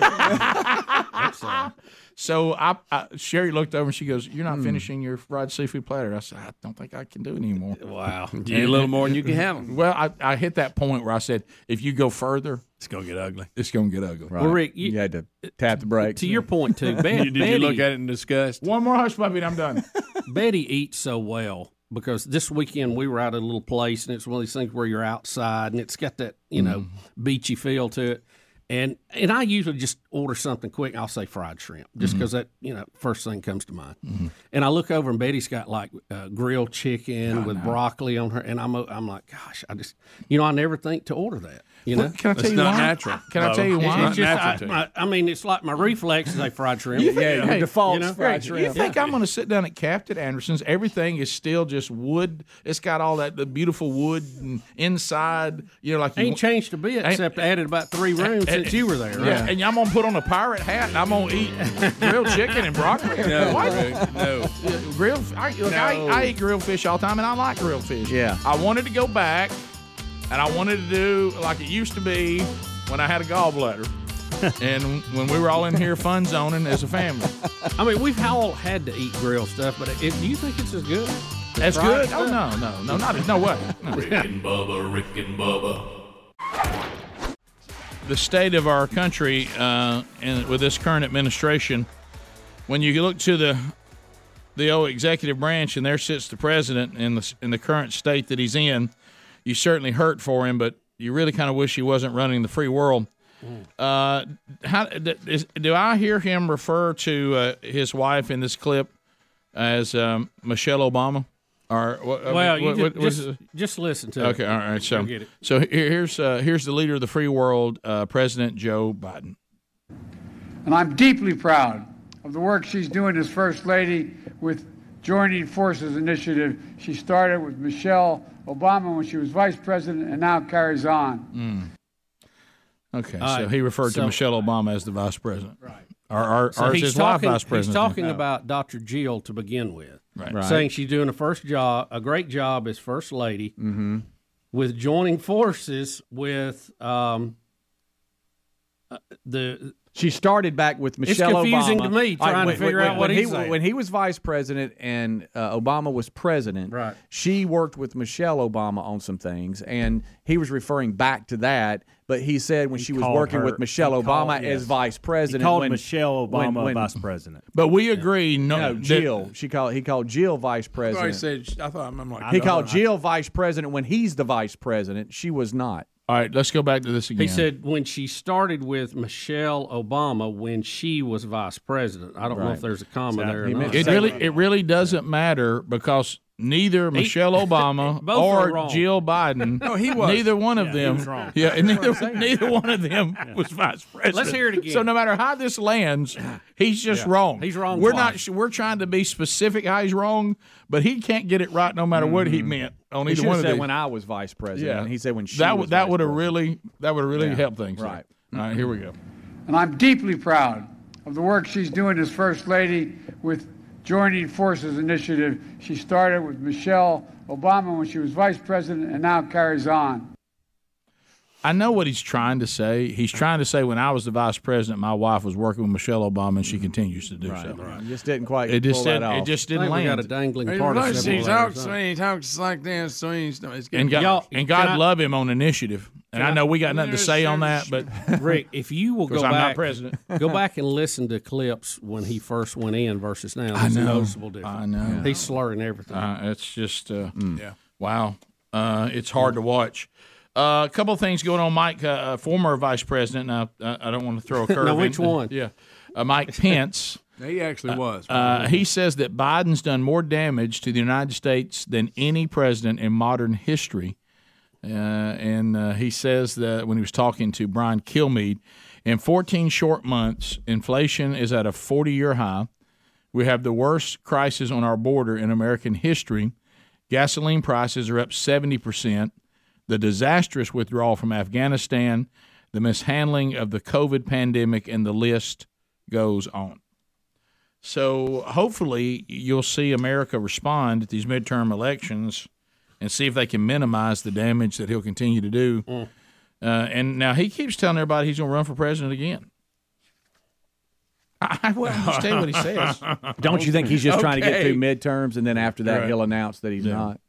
A: so so I, I, Sherry looked over and she goes, "You're not
G: Hmm.
A: finishing your fried seafood platter." I said, "I don't think I can do it anymore."
G: Wow. You eat a little more than you can have 'em.
A: Well, I, I hit that point where I said, "If you go further,
G: it's gonna get ugly.
A: It's gonna get ugly."
B: Well, Rick, you-
E: You had to tap the brakes.
B: to your point too,
G: You-
B: Betty,
G: Did you look
B: Betty-
G: at it in disgust?
A: One more hush puppy, and I'm done.
B: Betty eats so well because this weekend we were out at a little place and it's one of these things where you're outside and it's got that you know beachy feel to it. And and I usually just order something quick. I'll say fried shrimp just because that you know first thing comes to mind. And I look over and Betty's got like uh, grilled chicken with broccoli on her, and I'm o- I'm like, gosh, I just you know I never think to order that. You know,
A: Can I tell
G: It's
A: you
G: not
A: why?
G: natural.
A: Can I
G: Bubba.
A: tell you
G: It's
A: why?
G: not
B: It's just,
G: natural to
B: I,
G: you.
B: my- I mean, it's like my reflex is like fried shrimp. yeah,
E: your default's fried
A: Right. You think I'm going to sit down at Captain Anderson's? Everything is still just wood. It's got all that the beautiful wood and inside. You know, like you
B: Ain't changed a bit except added about three rooms since you were there. Right?
A: Yeah, and I'm gonna put on a pirate hat and I'm gonna eat grilled chicken and broccoli.
G: No,
A: What?
G: Rick, no.
A: Yeah, Grilled. I, look, I,
G: No.
A: I eat grilled fish all the time, and I like grilled fish.
E: Yeah.
A: I wanted to go back, and I wanted to do like it used to be when I had a gallbladder, and when we were all in here fun zoning as a family.
B: I mean, we've all had to eat grilled stuff, but it, do you think it's as good?
A: That's good. Oh no, no, no, not no way. No.
C: Rick and Bubba, Rick and Bubba,
A: the state of our country uh, and with this current administration, when you look to the the old executive branch and there sits the president in the in the current state that he's in, you certainly hurt for him, but you really kind of wish he wasn't running the free world.
B: Mm.
A: Uh, how d- is, do I hear him refer to uh, his wife in this clip as um, Michelle Obama? Or what,
B: Well, you
A: what-
B: ju-
A: what- what is
B: just,
A: it?
B: just listen to
A: Okay,
B: it.
A: all right. So,
B: get it.
A: so here- here's uh, here's the leader of the free world, uh, President Joe Biden.
L: And I'm deeply proud of the work she's doing as First Lady with Joining Forces Initiative. She started with Michelle Obama when she was Vice President and now carries on.
A: Okay,
B: All
A: so
B: right,
A: he referred to
B: so-
A: Michelle Obama as the vice president, right? Or, or,
B: So
A: or as
B: he's
A: his
B: talking,
A: wife, vice president.
B: He's talking about Dr. Jill to begin with,
A: Right.
B: saying she's doing a first job, a great job as first lady,
A: Mm-hmm.
B: with joining forces with um, uh, the
E: She started back with Michelle
B: confusing
E: Obama.
B: to me
E: All
B: trying to figure out what
E: when
B: he's
E: he,
B: saying.
E: When he was vice president and uh, Obama was president,
B: Right.
E: she worked with Michelle Obama on some things, and he was referring back to that. But he said when she was
H: called
E: working
H: her-
E: with Michelle
H: he
E: Obama
H: called- yes.
E: as vice
H: He
E: president,
H: called
E: when-
H: Michelle
E: when-
H: Obama
E: when-
H: vice president.
A: But we agree, no,
E: No,
A: that-
E: Jill. She called. He called Jill vice
G: Everybody
E: president.
G: said, I thought, I'm like,
E: he called Jill vice president when he's the vice president. She was not.
A: all right, let's go back to this again.
B: He said when she started with Michelle Obama when she was vice president. I don't know if there's a comma there. Or
E: He
B: not.
E: meant-
A: it really it really doesn't matter because neither Michelle Obama
B: Both were
A: or
B: wrong.
A: Jill Biden, no, he was. neither one of them, yeah, and neither neither one of them was vice president.
B: Let's hear it again.
A: So no matter how this lands, he's just wrong.
B: He's wrong
A: We're
B: twice.
A: not. We're trying to be specific how he's wrong, but he can't get it right no matter what he meant on
E: Mm-hmm. He
A: either
E: should
A: one
E: have
A: of
E: said
A: these.
E: when I was vice president.
A: yeah,
E: and he said when she
A: that
E: was
A: would that
E: vice
A: would have
E: president.
A: really that would have really helped things.
E: Right. Mm-hmm.
A: All right, here we go.
L: And I'm deeply proud of the work she's doing as First Lady with Joining Forces Initiative. She started with Michelle Obama when she was Vice President and now carries on.
A: I know what he's trying to say. He's trying to say when I was the vice president, my wife was working with Michelle Obama, and she
B: Mm-hmm.
A: continues to do so.
E: just didn't quite.
A: It just
E: pull
A: said
E: that off.
A: it just
B: I
A: didn't
B: think we got
A: land.
B: a dangling
G: He,
B: participle.
G: he
B: there or
G: talks,
B: something.
G: he talks like this, so he's, no, it's getting
A: and God,
B: Y'all-
A: and God
B: can I-
A: love him on initiative. And I know we got nothing to say on
G: Yes,
A: that, but
B: Rick, if you will go
A: because I'm not
B: back,
A: president,
B: go back and listen to clips when he first went in versus now. There's a
A: know.
B: noticeable difference.
A: I know.
B: He's slurring everything.
A: Uh, it's just uh,
B: Mm.
A: Wow, uh, it's hard to watch. Uh, a couple of things going on, Mike, uh, uh, former vice president. Now I, I don't want to throw a curve.
B: Now, which
A: in.
B: one?
A: Yeah, uh, Mike Pence.
G: he actually was.
A: Uh, he says that Biden's done more damage to the United States than any president in modern history. Uh, and uh, he says that when he was talking to Brian Kilmeade, in 14 short months, inflation is at a 40 year high. We have the worst crisis on our border in American history. Gasoline prices are up 70%. The disastrous withdrawal from Afghanistan, the mishandling of the COVID pandemic, and the list goes on. So hopefully you'll see America respond at these midterm elections and see if they can minimize the damage that he'll continue to do. Uh, and now he keeps telling everybody he's going to run for president again. I will understand what he says.
E: Don't you think he's just trying to get
A: Okay.
E: through midterms and then after that
A: Right.
E: he'll announce that he's
A: Yeah.
E: not?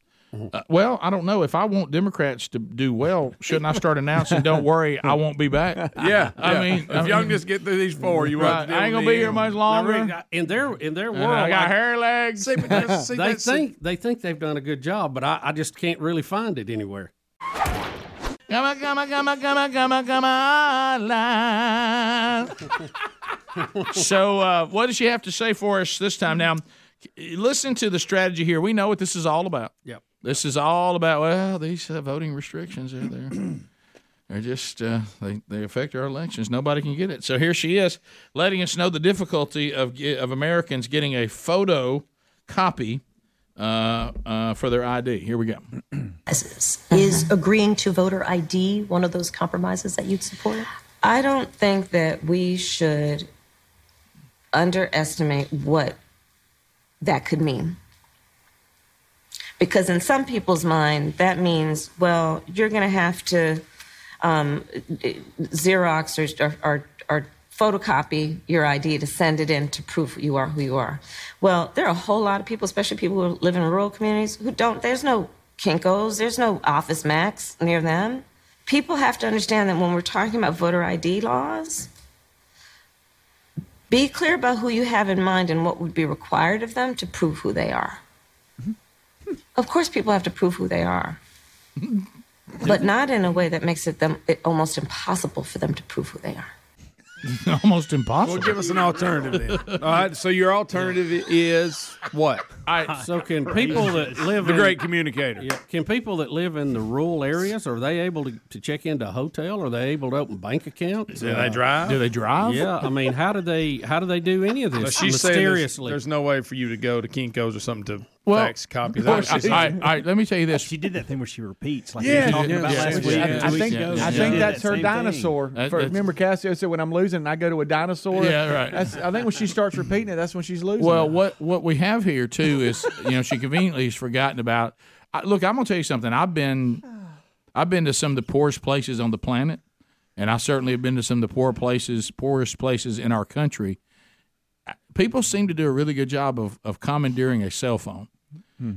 A: Uh, well, I don't know. If I want Democrats to do well, shouldn't I start announcing? Don't worry, I won't be back.
G: Yeah,
A: I
G: yeah.
A: mean,
G: if
A: I
G: y'all
A: mean-
G: can just get through these four, you
A: Right.
G: won't have to
A: I ain't
G: deal
A: gonna
G: with
A: be here
G: them.
A: much longer.
B: Now, Rick, in their in their
A: And
B: world,
A: Uh, I got
B: like-
A: hairy legs. See, but that's- see,
B: they
A: that's the-
B: think they think they've done a good job, but I, I just can't really find it anywhere.
A: Come on, come on, come on, come on, come on, come on, line. so, uh, what does she have to say for us this time? Now, listen to the strategy here. We know what this is all about.
B: Yep.
A: This is all about. Well, these uh, voting restrictions are there. They're just uh, they they affect our elections. Nobody can get it. So here she is, letting us know the difficulty of ge- of Americans getting a photo copy uh, uh, for their ID. Here we go.
M: Is agreeing to voter ID one of those compromises that you'd support?
N: I don't think that we should underestimate what that could mean. Because in some people's mind, that means, well, you're going to have to um, Xerox or, or, or, or photocopy your ID to send it in to prove you are who you are. Well, there are a whole lot of people, especially people who live in rural communities, who don't, there's no Kinkos, there's no Office Max near them. People have to understand that when we're talking about voter ID laws, be clear about who you have in mind and what would be required of them to prove who they are. Of course, people have to prove who they are, but not in a way that makes it them it almost impossible for them to prove who they are.
A: Almost impossible.
G: Well, give us an alternative then. All right. So your alternative i- is what?
B: so can people that live
G: the
B: in-
G: great communicator?
B: Yeah. Can people that live in the rural areas are they able to, to check into a hotel? Are they able to open bank accounts? Uh,
G: Do they drive?
A: Do they drive?
B: Yeah. I mean, how do they how do they do any of
G: So
B: this
G: she's saying there's,
B: mysteriously?
G: there's no way for you to go to Kinko's or something to
A: Well,
G: fax copies.
A: well, I- I- I- let me tell you this. She
H: did that thing where she repeats,
G: like we were Yeah, talking yeah, about
E: I, think, I think that's her dinosaur.
A: That-
E: For-
A: that's-
E: remember, Cassio said, "When I'm losing, I go to a dinosaur."
A: Yeah, right.
E: That's, I think when she starts repeating it, that's when she's losing.
A: Well, what what we have here too is you know she conveniently has forgotten about. I, look, I'm gonna tell you something. I've been, I've been to some of the poorest places on the planet, and I certainly have been to some of the poor places, poorest places in our country. People seem to do a really good job of of commandeering a cell phone.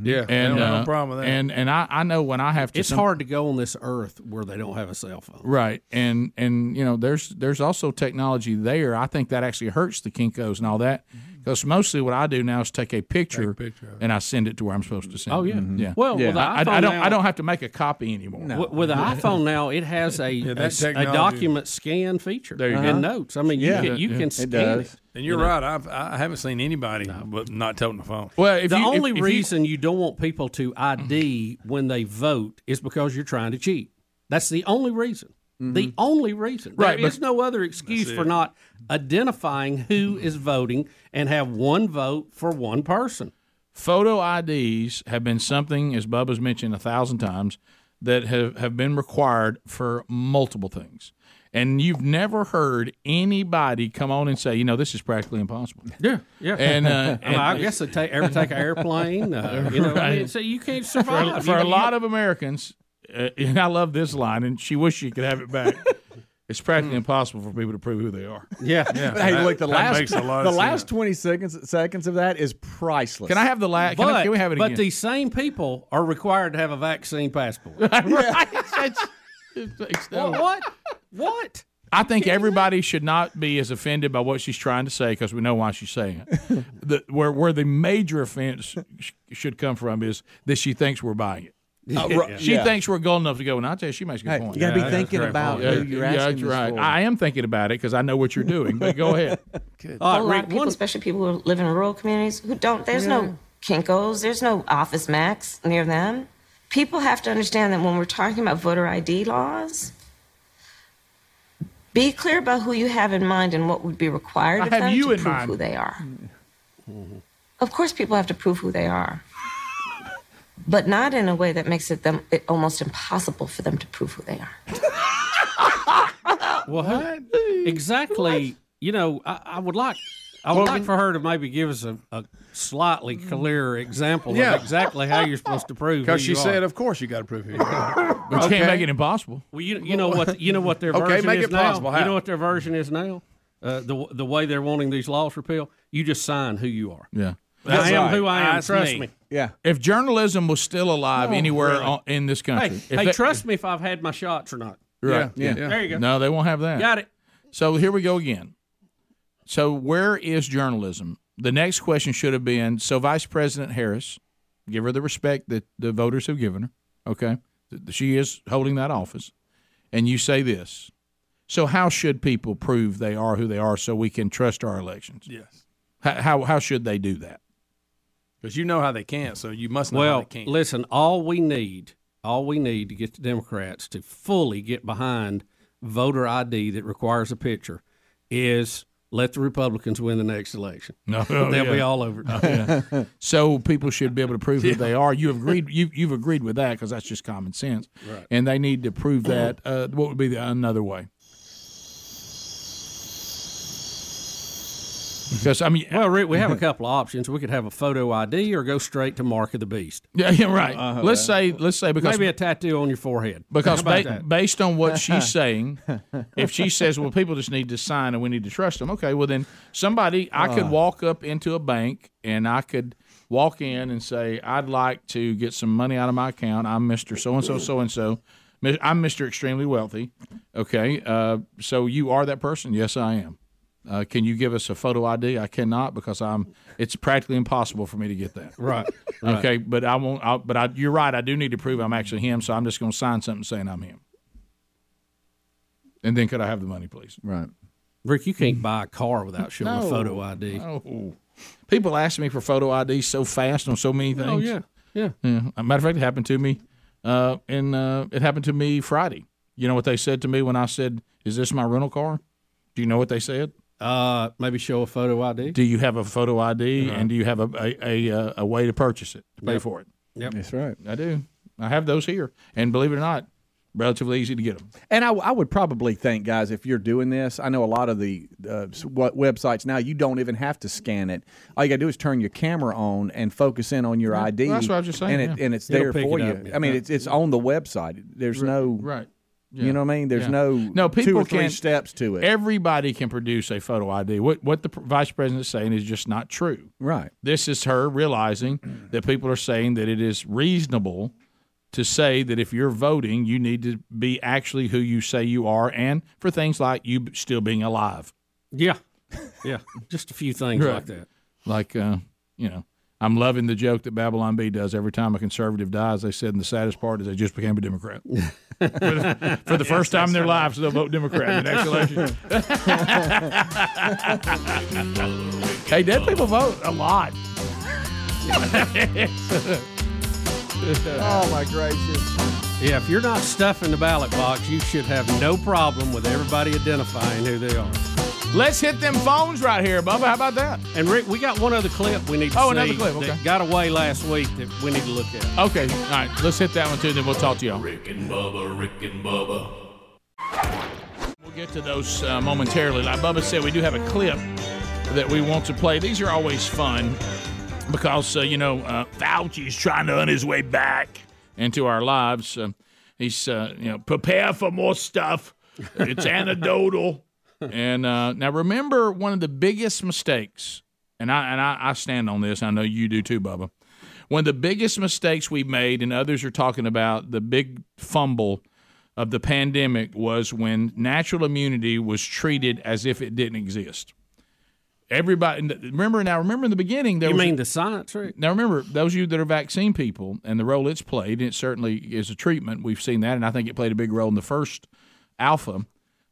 G: Yeah,
A: and
G: and
A: uh,
G: no problem with that.
A: And and I, I know when I have to.
B: it's
A: some-
B: hard to go on this earth where they don't have a cell phone.
A: Right, and and you know, there's there's also technology there. I think that actually hurts the Kinkos and all that
B: Mm-hmm.
A: because mostly what I do now is take a picture, and I send it to where I'm supposed to send.
B: Oh,
A: it. Mm-hmm.
B: yeah.
A: yeah.
B: Well, Yeah. with the
A: I, I
B: iPhone
A: don't I
B: now-
A: don't have to make a copy anymore.
B: With, with an iPhone now, it has a,
A: Yeah,
B: a,
A: that
B: s- a
A: technology-
B: document scan feature
A: There you
B: and
A: go.
B: notes. I mean,
A: Yeah.
B: you can, you
A: Yeah.
B: can
A: It
B: scan
A: does.
B: it.
G: And you're
B: you know.
G: right. I've, I haven't seen anybody but not toting the phone.
B: the only reason you, don't want people to ID when they vote is because you're trying to cheat. That's the only reason. The only reason.
A: Mm-hmm. Right,
B: There
A: but-
B: is no other excuse
A: That's
B: for
A: it.
B: not identifying who is voting and have one vote for one person.
A: Photo IDs have been something, as Bubba's mentioned a thousand times, that have, have been required for multiple things. And you've never heard anybody come on and say, you know, this is practically impossible.
B: Yeah, yeah.
A: And, uh,
B: I, mean, I guess they take, ever take an airplane. Uh, you know, I mean,
A: Right.
B: so you can't
A: for,
B: survive
A: for
B: You-
A: a
B: you-
A: lot of Americans, uh, and I love this line, and she wished she could have it back. it's practically impossible for people to prove who they are.
B: Yeah.
E: hey, look, the last the last twenty seconds seconds of that is priceless.
A: Can I have the last?
B: But, but these same people are required to have a vaccine passport. Well, what? What?
A: I think everybody should not be as offended by what she's trying to say because we know why she's saying it. the, where where the major offense sh- should come from is that she thinks we're buying it.
E: Uh, right,
A: She
E: yeah.
A: thinks we're gold enough to go, and I tell you, she makes a good
E: Hey,
A: point.
E: you gotta be Yeah, that's thinking a great about point. who you're
A: yeah,
E: asking
A: that's
E: this
A: right.
E: for.
A: I am thinking about it because I know what you're doing. But go ahead.
N: a lot of people, especially people who live in rural communities, who don't. There's
A: Mm-hmm.
N: no Kinkos. There's no Office Max near them. People have to understand that when we're talking about voter ID laws, be clear about who you have in mind and what would be required
A: I
N: of
A: have
N: them
A: you
N: to
A: in
N: prove
A: mind.
N: who they are. Of course, people have to prove who they are, but not in a way that makes it them it almost impossible for them to prove who they are.
B: Well, who- exactly. You know, I, I would like. I would like for her to maybe give us a, a slightly clearer example
G: Yeah.
B: of exactly how you're supposed to prove.
G: Because
B: who
G: she
B: you
G: said,
B: are.
G: "Of course, you got to prove who you are."
A: But you can't make it impossible.
B: Well, you, you know what you know what their
G: Okay,
B: version
G: make
B: is
G: it
B: now.
G: possible.
B: You
G: How?
B: know what their version is now. uh, the the way they're wanting these laws repealed, you just sign who you are.
A: Yeah.
B: I am who I am. trust me.
E: Yeah.
A: If journalism was still alive
B: No,
A: anywhere
B: really.
A: on, in this
B: Hey,
A: country, if
B: hey
A: they-
B: trust me if I've had my shots or not.
A: Right.
B: There you go.
A: No, they won't have that.
B: Got it.
A: So here we go again. So where is journalism? The next question should have been so Vice President Harris, give her the respect that the voters have given her. Okay. Th- She is holding that office. And you say this. So how should people prove they are who they are so we can trust our elections?
G: Yes.
A: How how, how should they do that?
G: Because you know how they can't, so you must know how
B: Well,
G: they can't.
B: listen, all we need, all we need to get the Democrats to fully get behind voter ID that requires a picture is let the Republicans win the next election. they'll be all over. it.
A: Oh, yeah. so people should be able to prove who they are. You have agreed. You, you've agreed with that because that's just common sense.
O: Right.
A: And they need to prove that. Uh, what would be the, another way? Because I mean,
B: well, Rick, we have a couple of options. We could have a photo ID or go straight to Mark of the Beast.
A: Yeah, yeah, right. let's say, let's say because
B: maybe a tattoo on your forehead.
A: because
B: How about
A: ba-
B: that?
A: based on what she's saying, if she says, "Well, people just need to sign and we need to trust them," okay, well then somebody I could
B: Ah.
O: Uh.
A: walk up into a bank and I could walk in and say, "I'd like to get some money out of my account. I'm Mister So and So, so and so. I'm Mister Extremely Wealthy." Okay, uh, so you are that person. Yes, I am. Uh, can you give us a photo ID? I cannot because I'm. It's practically impossible for me to get that.
B: Right, right.
A: Okay. But I won't. I, but I, you're right. I do need to prove I'm actually him. So I'm just going to sign something saying I'm him. And then could I have the money, please?
E: Right.
B: Rick, you can't buy a car without showing
A: No.
B: a photo ID.
A: No. People ask me for photo ID so fast on so many things.
B: Oh, yeah. Yeah.
A: Yeah. A matter of fact, it happened to me, uh, and uh, it happened to me Friday. You know what they said to me when I said, "Is this my rental car?" Do you know what they said?
B: Uh, maybe show a photo ID.
A: Do you have a photo ID
B: Right.
A: and do you have a a, a, uh, a way to purchase it, to pay
B: Yep.
A: for it?
B: Yep.
E: That's right.
A: I do. I have those here, and believe it or not, relatively easy to get them.
E: And I, I would probably think, guys, if you're doing this, I know a lot of the uh, s- what websites now you don't even have to scan it. All you got to do is turn your camera on and focus in on your
A: Yeah,
E: ID.
A: that's what I was just saying,
E: And, it,
A: yeah.
E: and it's
A: It'll
E: there
A: pick
E: for
A: it
E: you.
A: up, yeah.
E: I mean, it's it's on the website. There's no
A: right.
E: You know what I mean? There's
A: Yeah.
E: no
A: no people
E: two or three
A: can,
E: steps to it.
A: Everybody can produce a photo ID. What what the pr- vice president's saying is just not true.
E: Right.
A: This is her realizing that people are saying that it is reasonable to say that if you're voting, you need to be actually who you say you are, and for things like you b- still being alive.
B: Yeah. Yeah. Just a few things
A: Right.
B: like that.
A: Like, uh, you know, I'm loving the joke that Babylon B does every time a conservative dies. They said, and the saddest part is they just became a Democrat. for the, for the
O: Yes,
A: first time in their
O: that's right.
A: lives, they'll vote Democrat in the next election. hey, dead people vote a lot.
E: oh my gracious!
B: Yeah, if you're not stuffing the ballot box, you should have no problem with everybody identifying who they are.
A: Let's hit them phones right here, Bubba. How about that?
B: And Rick, we got one other clip we need to
A: Oh,
B: see
A: another clip, okay.
B: that got away last week that we need to look at.
A: Okay, all right, let's hit that one too, then we'll talk to y'all.
C: Rick and Bubba, Rick and Bubba.
A: We'll get to those uh, momentarily. Like Bubba said, we do have a clip that we want to play. These are always fun because, uh, you know, uh, Fauci's trying to earn his way back into our lives. Um he's, uh, you know, prepare for more stuff. It's anecdotal. And uh, now remember one of the biggest mistakes, and I, and I, I stand on this. I know you do too, Bubba. One of the biggest mistakes we made, and others are talking about the big fumble of the pandemic was when natural immunity was treated as if it didn't exist. Everybody, remember now, remember in the beginning, there
B: You
A: was.
B: mean the science, Rick?
A: now, remember, those of you that are vaccine people and the role it's played, and it certainly is a treatment. We've seen that, and I think it played a big role in the first alpha.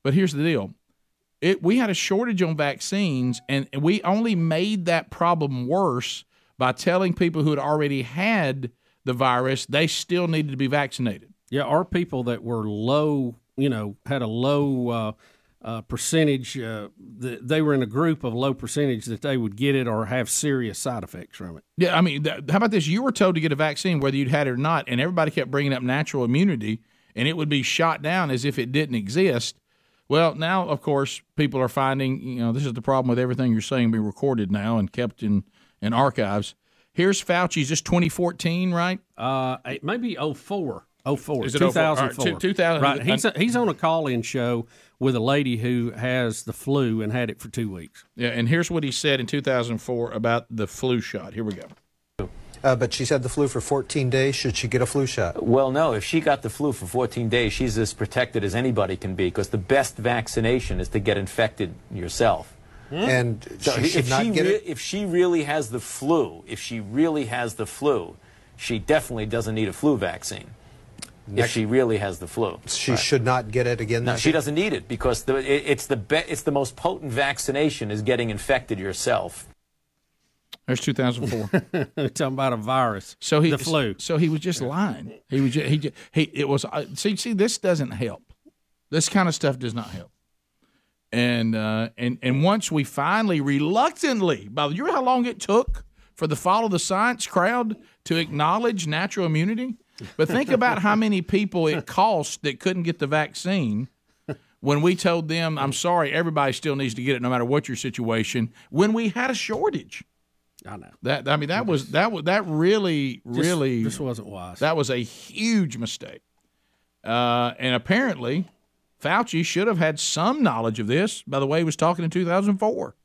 A: But here's the deal it, we had a shortage on vaccines, and we only made that problem worse by telling people who had already had the virus they still needed to be vaccinated.
B: Yeah, our people that were low, you know, had a low uh, uh, percentage. Uh, th they were in a group of low percentage that they would get it or have serious side effects from it.
A: Yeah, I mean, th- how about this? You were told to get a vaccine whether you'd had it or not, and everybody kept bringing up natural immunity, and it would be shot down as if it didn't exist. Well, now of course people are finding, you know, this is the problem with everything you're saying being recorded now and kept in in archives. Here's Fauci's just 2014, right?
B: Uh, it may be 04. Oh four.
P: Is it 04? All right,
B: 2004.
P: two- 2000
B: Right. He's, he's on a call in show with a lady who has the flu and had it for two weeks.
A: Yeah, and here's what he said in 2004 about the flu shot. Here we go.
O: Uh, but she's had the flu for 14 days. Should she get a flu shot?
Q: Well, no. If she got the flu for 14 days, she's as protected as anybody can be because the best vaccination is to get infected yourself.
O: And
Q: So
O: she should
Q: if,
O: not
Q: she
O: get
Q: rea-
O: it?
Q: if she really has the flu, if she really has the flu, she definitely doesn't need a flu vaccine.
O: Next-
Q: if she really has the flu,
O: She should not get it again.
Q: no,
O: this
Q: she
O: year?
Q: doesn't need it because the, it, it's the be, it's the most potent vaccination is getting infected yourself.
A: There's 2004.
B: Talking about a virus.
A: So he
B: The flu.
A: So he was just lying. He was just, he ju- he it was uh, see see this doesn't help. This kind of stuff does not help. And uh, and and once we finally reluctantly, by the you know how long it took for the follow the science crowd to acknowledge natural immunity. But think about how many people it cost that couldn't get the vaccine when we told them, I'm sorry, everybody still needs to get it no matter what your situation, when we had a shortage.
B: I know.
A: That I mean that was that was that really
B: Just-
A: really
B: just wasn't wise.
A: That was a huge mistake. Uh, and apparently Fauci should have had some knowledge of this by the way he was talking in 2004.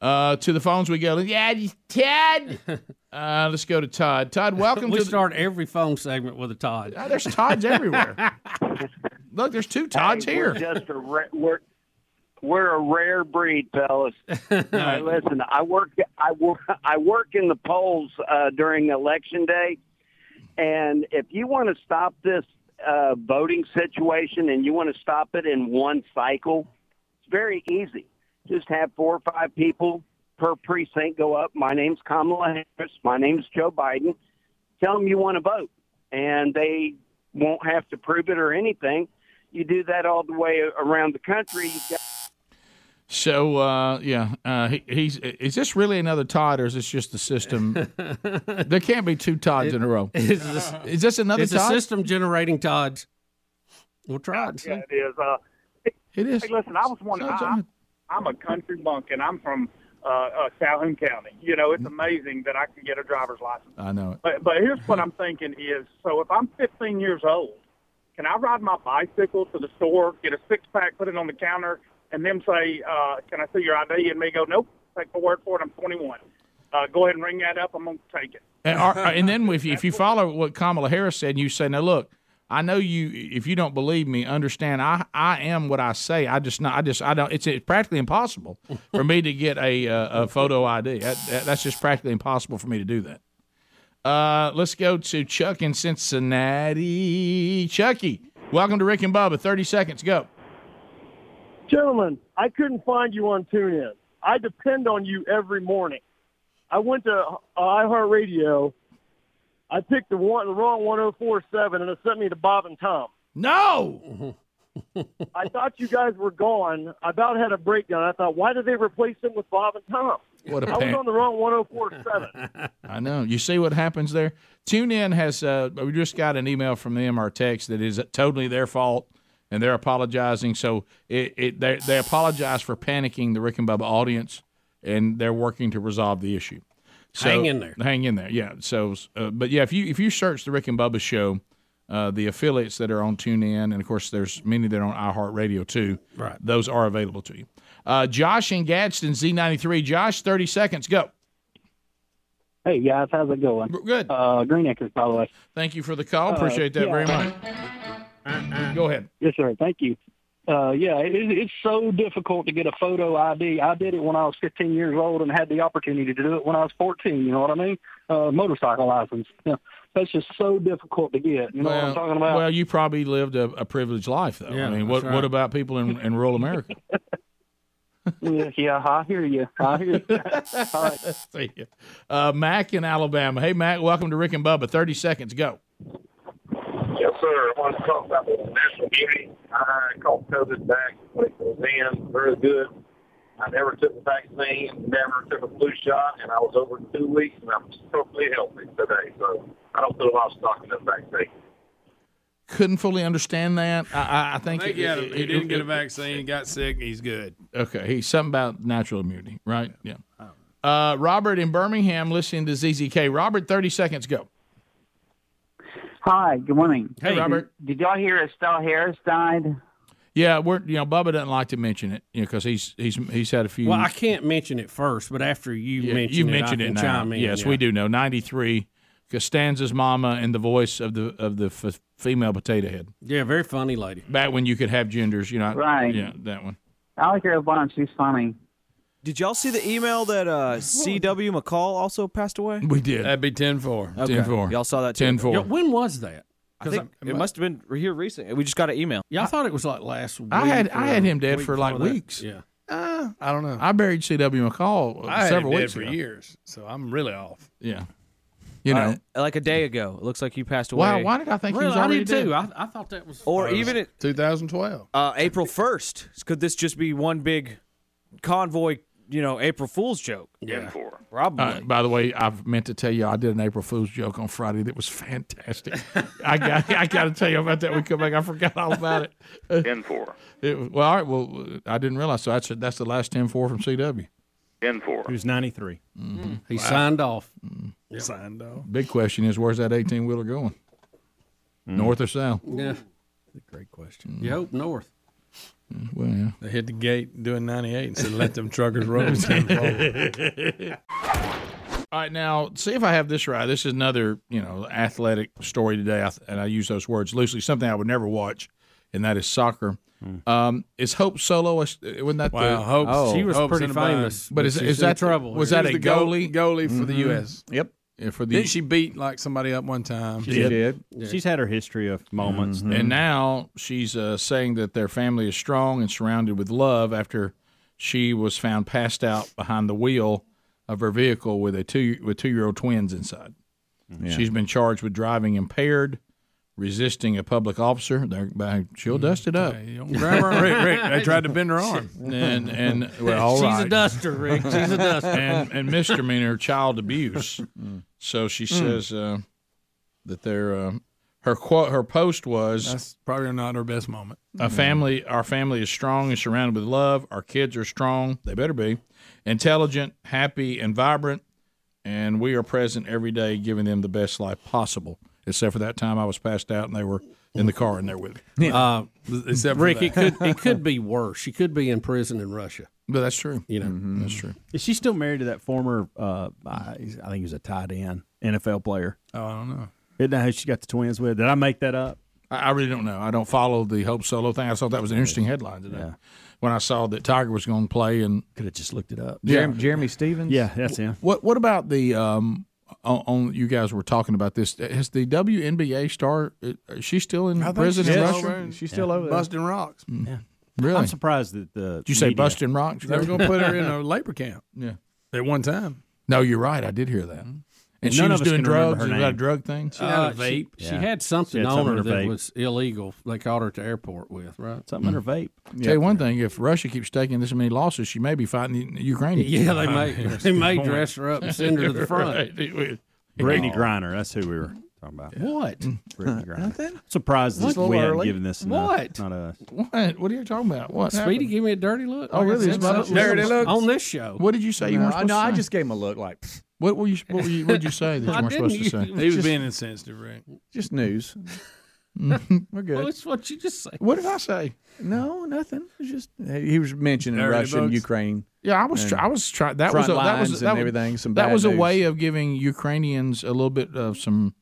A: Uh, to the phones we go. Yeah, Ted. Uh, let's go to Todd. Todd, welcome
B: we
A: to the-
B: start every phone segment with a Todd.
A: Oh, there's Todd's everywhere. Look, there's two Todds
R: Hey,
A: here.
R: We're just a ra- we're, we're a rare breed, fellas. Hey, listen, I work I work I work in the polls uh, during election day, and if you want to stop this uh, voting situation and you want to stop it in one cycle, it's very easy. Just have four or five people per precinct go up. My name's Kamala Harris. My name's Joe Biden. Tell them you want to vote, and they won't have to prove it or anything. You do that all the way around the country. You've got
A: So uh, yeah, uh, he, he's is this really another Todd or is this just the system? there can't be two Todds in a row.
B: Is this,
A: is this another
B: it's
A: Todd?
B: a system generating Todd's? We'll try it.
S: Yeah, it is. Uh,
A: it is.
S: Hey, listen, I was one. I, I'm a country monk, and I'm from uh, uh, Calhoun County. You know,
R: Mm-hmm.
S: it's amazing that I can get a driver's license.
A: I know it.
S: But, but here's what I'm thinking is, so if I'm 15 years old, can I ride my bicycle to the store, get a six pack, put it on the counter, and them say, uh, "Can I see your ID?" And me go, "Nope, take my word for it. I'm 21. Uh, go ahead and ring that up. I'm gonna take it."
A: And, or, and then if you, if you follow what Kamala Harris said, and you say, "Now look, I know you. If you don't believe me, understand. I, I am what I say. I just not. I just I don't. It's, it's practically impossible for me to get a uh, a photo ID. That, that, that's just practically impossible for me to do that. Uh, let's go to Chuck in Cincinnati. Chucky, welcome to Rick and Bubba. Thirty seconds. Go.
T: Gentlemen, I couldn't find you on TuneIn. I depend on you every morning. I went to uh, iHeartRadio. I picked the one, the wrong 104.7, and it sent me to Bob and Tom.
A: No.
T: I thought you guys were gone. I about had a breakdown. I thought, why did they replace them with Bob and Tom?
A: What a
T: I was
A: pan-
T: on the wrong 104.7.
A: I know. You see what happens there. TuneIn has. Uh, we just got an email from them, our text that is totally their fault, and they're apologizing. So it, it they they apologize for panicking the Rick and Bubba audience, and they're working to resolve the issue.
B: Hang in there.
A: Hang in there. Yeah. So, uh, but yeah, if you if you search the Rick and Bubba show. Uh, the affiliates that are on TuneIn, and of course, there's many that are on iHeartRadio too. Right, those are available to you. Uh, Josh in Gadsden, Z93. Josh, thirty seconds, go.
D: Hey guys, how's it going?
A: Good.
D: Uh, Green Acres, by the way.
A: Thank you for the call. Appreciate
D: Uh,
A: that very much. Go ahead.
D: Yes, sir. Thank you. Uh, yeah, it, it- it's so difficult to get a photo ID. I did it when I was 15 years old and had the opportunity to do it when I was 14. You know what I mean? Uh, motorcycle license. Yeah, that's just so difficult to get. You know what I'm talking about?
A: Well, you probably lived a, a privileged life, though. I
D: Yeah,
A: mean, what
D: that's right.
A: what about people in, in rural America?
D: yeah, yeah, I hear you. I hear you. All right.
A: See ya. Uh, Mac in Alabama. Hey, Mac, welcome to Rick and Bubba. Thirty seconds, go.
U: Yes, sir. I want to talk about the national beauty. I caught COVID back when it was in, very good. I never took the vaccine, never took a flu shot, and I was over two weeks, and I'm totally healthy today. So I don't put a lot of stock in this vaccine.
A: Couldn't fully understand that. I, I, I think,
G: I think he, had a-
A: it-
G: he
A: it-
G: didn't get
A: it-
G: a vaccine, got sick, and he's good.
A: Okay, he's something about natural immunity, right? Yeah. Uh, Robert in Birmingham, listening to ZZK. Robert, thirty seconds, go.
D: Hi, good morning.
A: Hey, Robert.
D: Did, did y'all hear Estelle Harris died?
A: Yeah, we're you know Bubba doesn't like to mention it, you know, because he's he's he's had a few.
B: Well, I can't mention it first, but after you
A: Yeah,
B: mention
A: you
B: it,
A: mentioned
B: I
A: it,
B: can
A: now.
B: chime in.
A: yes,
B: yeah.
A: we do know. Ninety three, Costanza's mama and the voice of the of the f- female potato head.
B: Yeah, very funny lady.
A: Back when you could have genders, you know. I-
D: Right.
A: Yeah, that one.
D: I like her a bunch. She's funny.
I: Did y'all see the email that uh, C.W. McCall also passed away?
A: We did.
G: That'd be 10 4.
I: Okay. Y'all saw that too?
A: 10-4.
I: Yeah,
B: when was that?
I: I think it must have been here recently. We just got an email.
B: Yeah, I thought it was like last week.
A: I had I had
B: or
A: him dead
B: week
A: for like
B: before uh, that.
A: weeks.
B: Yeah.
G: I don't know.
A: I buried C.W. McCall
G: I had
A: several
G: it dead
A: weeks
G: for
A: ago.
G: years, so I'm really off.
A: Yeah. You
I: Uh,
A: know.
I: like a day ago. It looks like you passed away.
A: Why- why did I think he was Really, I already did dead? too.
B: I, I thought that was
I: or even it,
G: 2012.
I: uh, April first. Could this just be one big convoy? You know, April Fool's joke.
A: Yeah.
I: probably.
A: Uh, by the way, I've meant to tell you I did an April Fool's joke on Friday that was fantastic. I got I got to tell you about that. when We come back. I forgot all about it.
V: Ten four.
A: It was- well, all right. Well, I didn't realize. So that's that's the last 10-4 from CW.
V: Ten four.
H: He was 93.
B: He signed off.
G: Signed off.
A: Big question is where's that eighteen wheeler going? North or south?
B: Yeah.
G: Great question.
B: You hope Mm. north.
A: Well, yeah.
G: They hit the gate doing 98 and said, let them truckers roll.
A: All right, now see if I have this right. This is another you know athletic story today, I th- and I use those words loosely. Something I would never watch, and that is soccer. Um, is Hope Solo? a- Wasn't that the
G: Wow, Hope- She was Oh, Hope's pretty in a bind. famous,
A: But
G: but
A: is,
G: she's
A: is
G: in
A: that
G: trouble.
A: Was
G: She
A: that
G: was
A: a
G: the goal-
A: goalie?
G: goalie for the Mhm. US.
E: Yep.
A: Yeah, for the
G: Didn't she beat like somebody up one time?
A: She She did. did.
H: She's had her history of moments.
E: Mm-hmm.
H: that-
A: And now she's uh, saying that their family is strong and surrounded with love after she was found passed out behind the wheel of her vehicle with a two with two year old twins inside.
E: Yeah.
A: She's been charged with driving impaired, resisting a public officer. They're- by- She'll dust it up.
G: Hey, don't grab her arm. Rick, Rick, they tried to bend her arm.
A: And and well, all
G: She's a
A: right.
G: duster, Rick. She's a duster.
A: And and misdemeanor child abuse. So she
G: Mm.
A: says uh, that they're. Uh, her quote, her post was
G: That's Mm. probably not her best moment.
A: a family, our family is strong and surrounded with love. Our kids are strong. They better be intelligent, happy, and vibrant. And we are present every day, giving them the best life possible. Except for that time I was passed out and they were in the car and they're with me.
B: Uh,
A: Except for
B: Rick,
A: that.
B: it could it could be worse. She could be in prison in Russia.
A: But that's true.
B: You know,
A: that's true.
H: Is she still married to that former, uh, I I think he was a tight end NFL player?
G: Oh, I don't know.
H: Isn't that who she got the twins with? Did I make that up?
A: I, I really don't know. I don't follow the Hope Solo thing. I thought that was an interesting headline today when I saw that Tiger was going to play and
H: could have just looked it up.
E: Jeremy, Jeremy Stevens.
H: Yeah, that's him.
A: What What about the um? On, on you guys were talking about this. Has the WNBA star? uh, Is she still in prison in Russia?
G: Busting rocks.
B: Mm.
A: Yeah. Really?
H: I'm surprised that the.
A: Did you say
H: media-
A: busting rocks?
G: They were going to put her in a labor camp.
A: Yeah.
G: At one time.
A: No, you're right. I did hear that. And
G: And
A: she
G: none
A: was
G: of us
A: doing
G: can remember
A: drugs.
G: her
A: Was that a
G: name.
A: drug thing?
G: She had a
B: Uh,
G: vape.
B: She,
G: Yeah.
B: had something
A: She had
B: on
A: something
B: her,
A: in her
B: that
A: vape.
B: was illegal. They caught her at the airport with right
H: something
E: Hmm.
H: in her vape.
A: Tell you one thing: if Russia keeps taking this many losses, she may be fighting the Ukrainians.
B: Yeah, they may- That's they a good may point. dress her up and send her to the front.
H: Brittany Griner. That's who we were talking about.
A: What?
B: Mm.
H: Brittany Griner.
A: Nothing?
H: Surprised
A: What?
H: this,
A: It's a little
H: we hadn't
A: early.
H: given this enough.
A: What?
H: Not us.
A: What? What are you talking about? What?
B: Speedy
A: happened?
B: gave me a dirty look.
A: Oh,
B: Like I
A: really?
B: said
A: It's about-
B: something
A: Dirty
B: on-
A: looks?
B: on this show.
A: What did you say? You
E: No,
A: weren't supposed
E: no,
A: to
E: I
A: say?
E: just gave him a look like pfft.
A: What were you? What were you? What did you say that you
E: I
A: weren't
E: didn't.
A: supposed to say?
E: You-
G: He was
E: Just-
G: being insensitive, Rick.
E: just news. We're good.
B: Well, it's what you just said.
A: What did I say?
E: No, nothing. It was just he was mentioning
A: Dirty
E: Russia and
A: books.
E: Ukraine.
A: Yeah, I was.
E: and
A: Try, I was trying. That was.
E: front
A: A, that
E: lines
A: was. That
E: and
A: was-
E: everything. Some
A: that
E: bad
A: was a
E: news.
A: way of giving Ukrainians a little bit of some,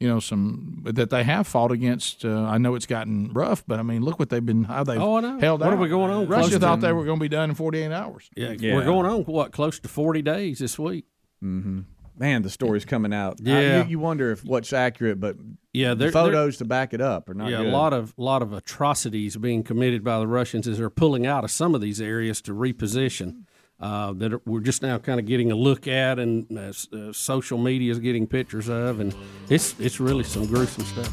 A: you know, some that they have fought against. Uh, I know it's gotten rough, but I mean, look what they've been. How they
B: Oh, I know.
A: held
B: What
A: out.
B: are we going on? Close
A: Russia
B: to-
A: thought they were going to be done in forty eight hours.
B: Yeah,
E: Yeah.
B: we're going on what close to forty days this week.
E: Mm-hmm. Man, the stories coming out. I-
B: Yeah.
E: you, you wonder if what's accurate, but
B: Yeah,
E: the
B: they're-
E: photos to back it up are not.
B: yeah,
E: good.
B: a lot of lot of atrocities being committed by the Russians as they're pulling out of some of these areas to reposition. Uh, that are- we're just now kind of getting a look at, and uh, s- uh, social media is getting pictures of, and it's it's really some gruesome stuff.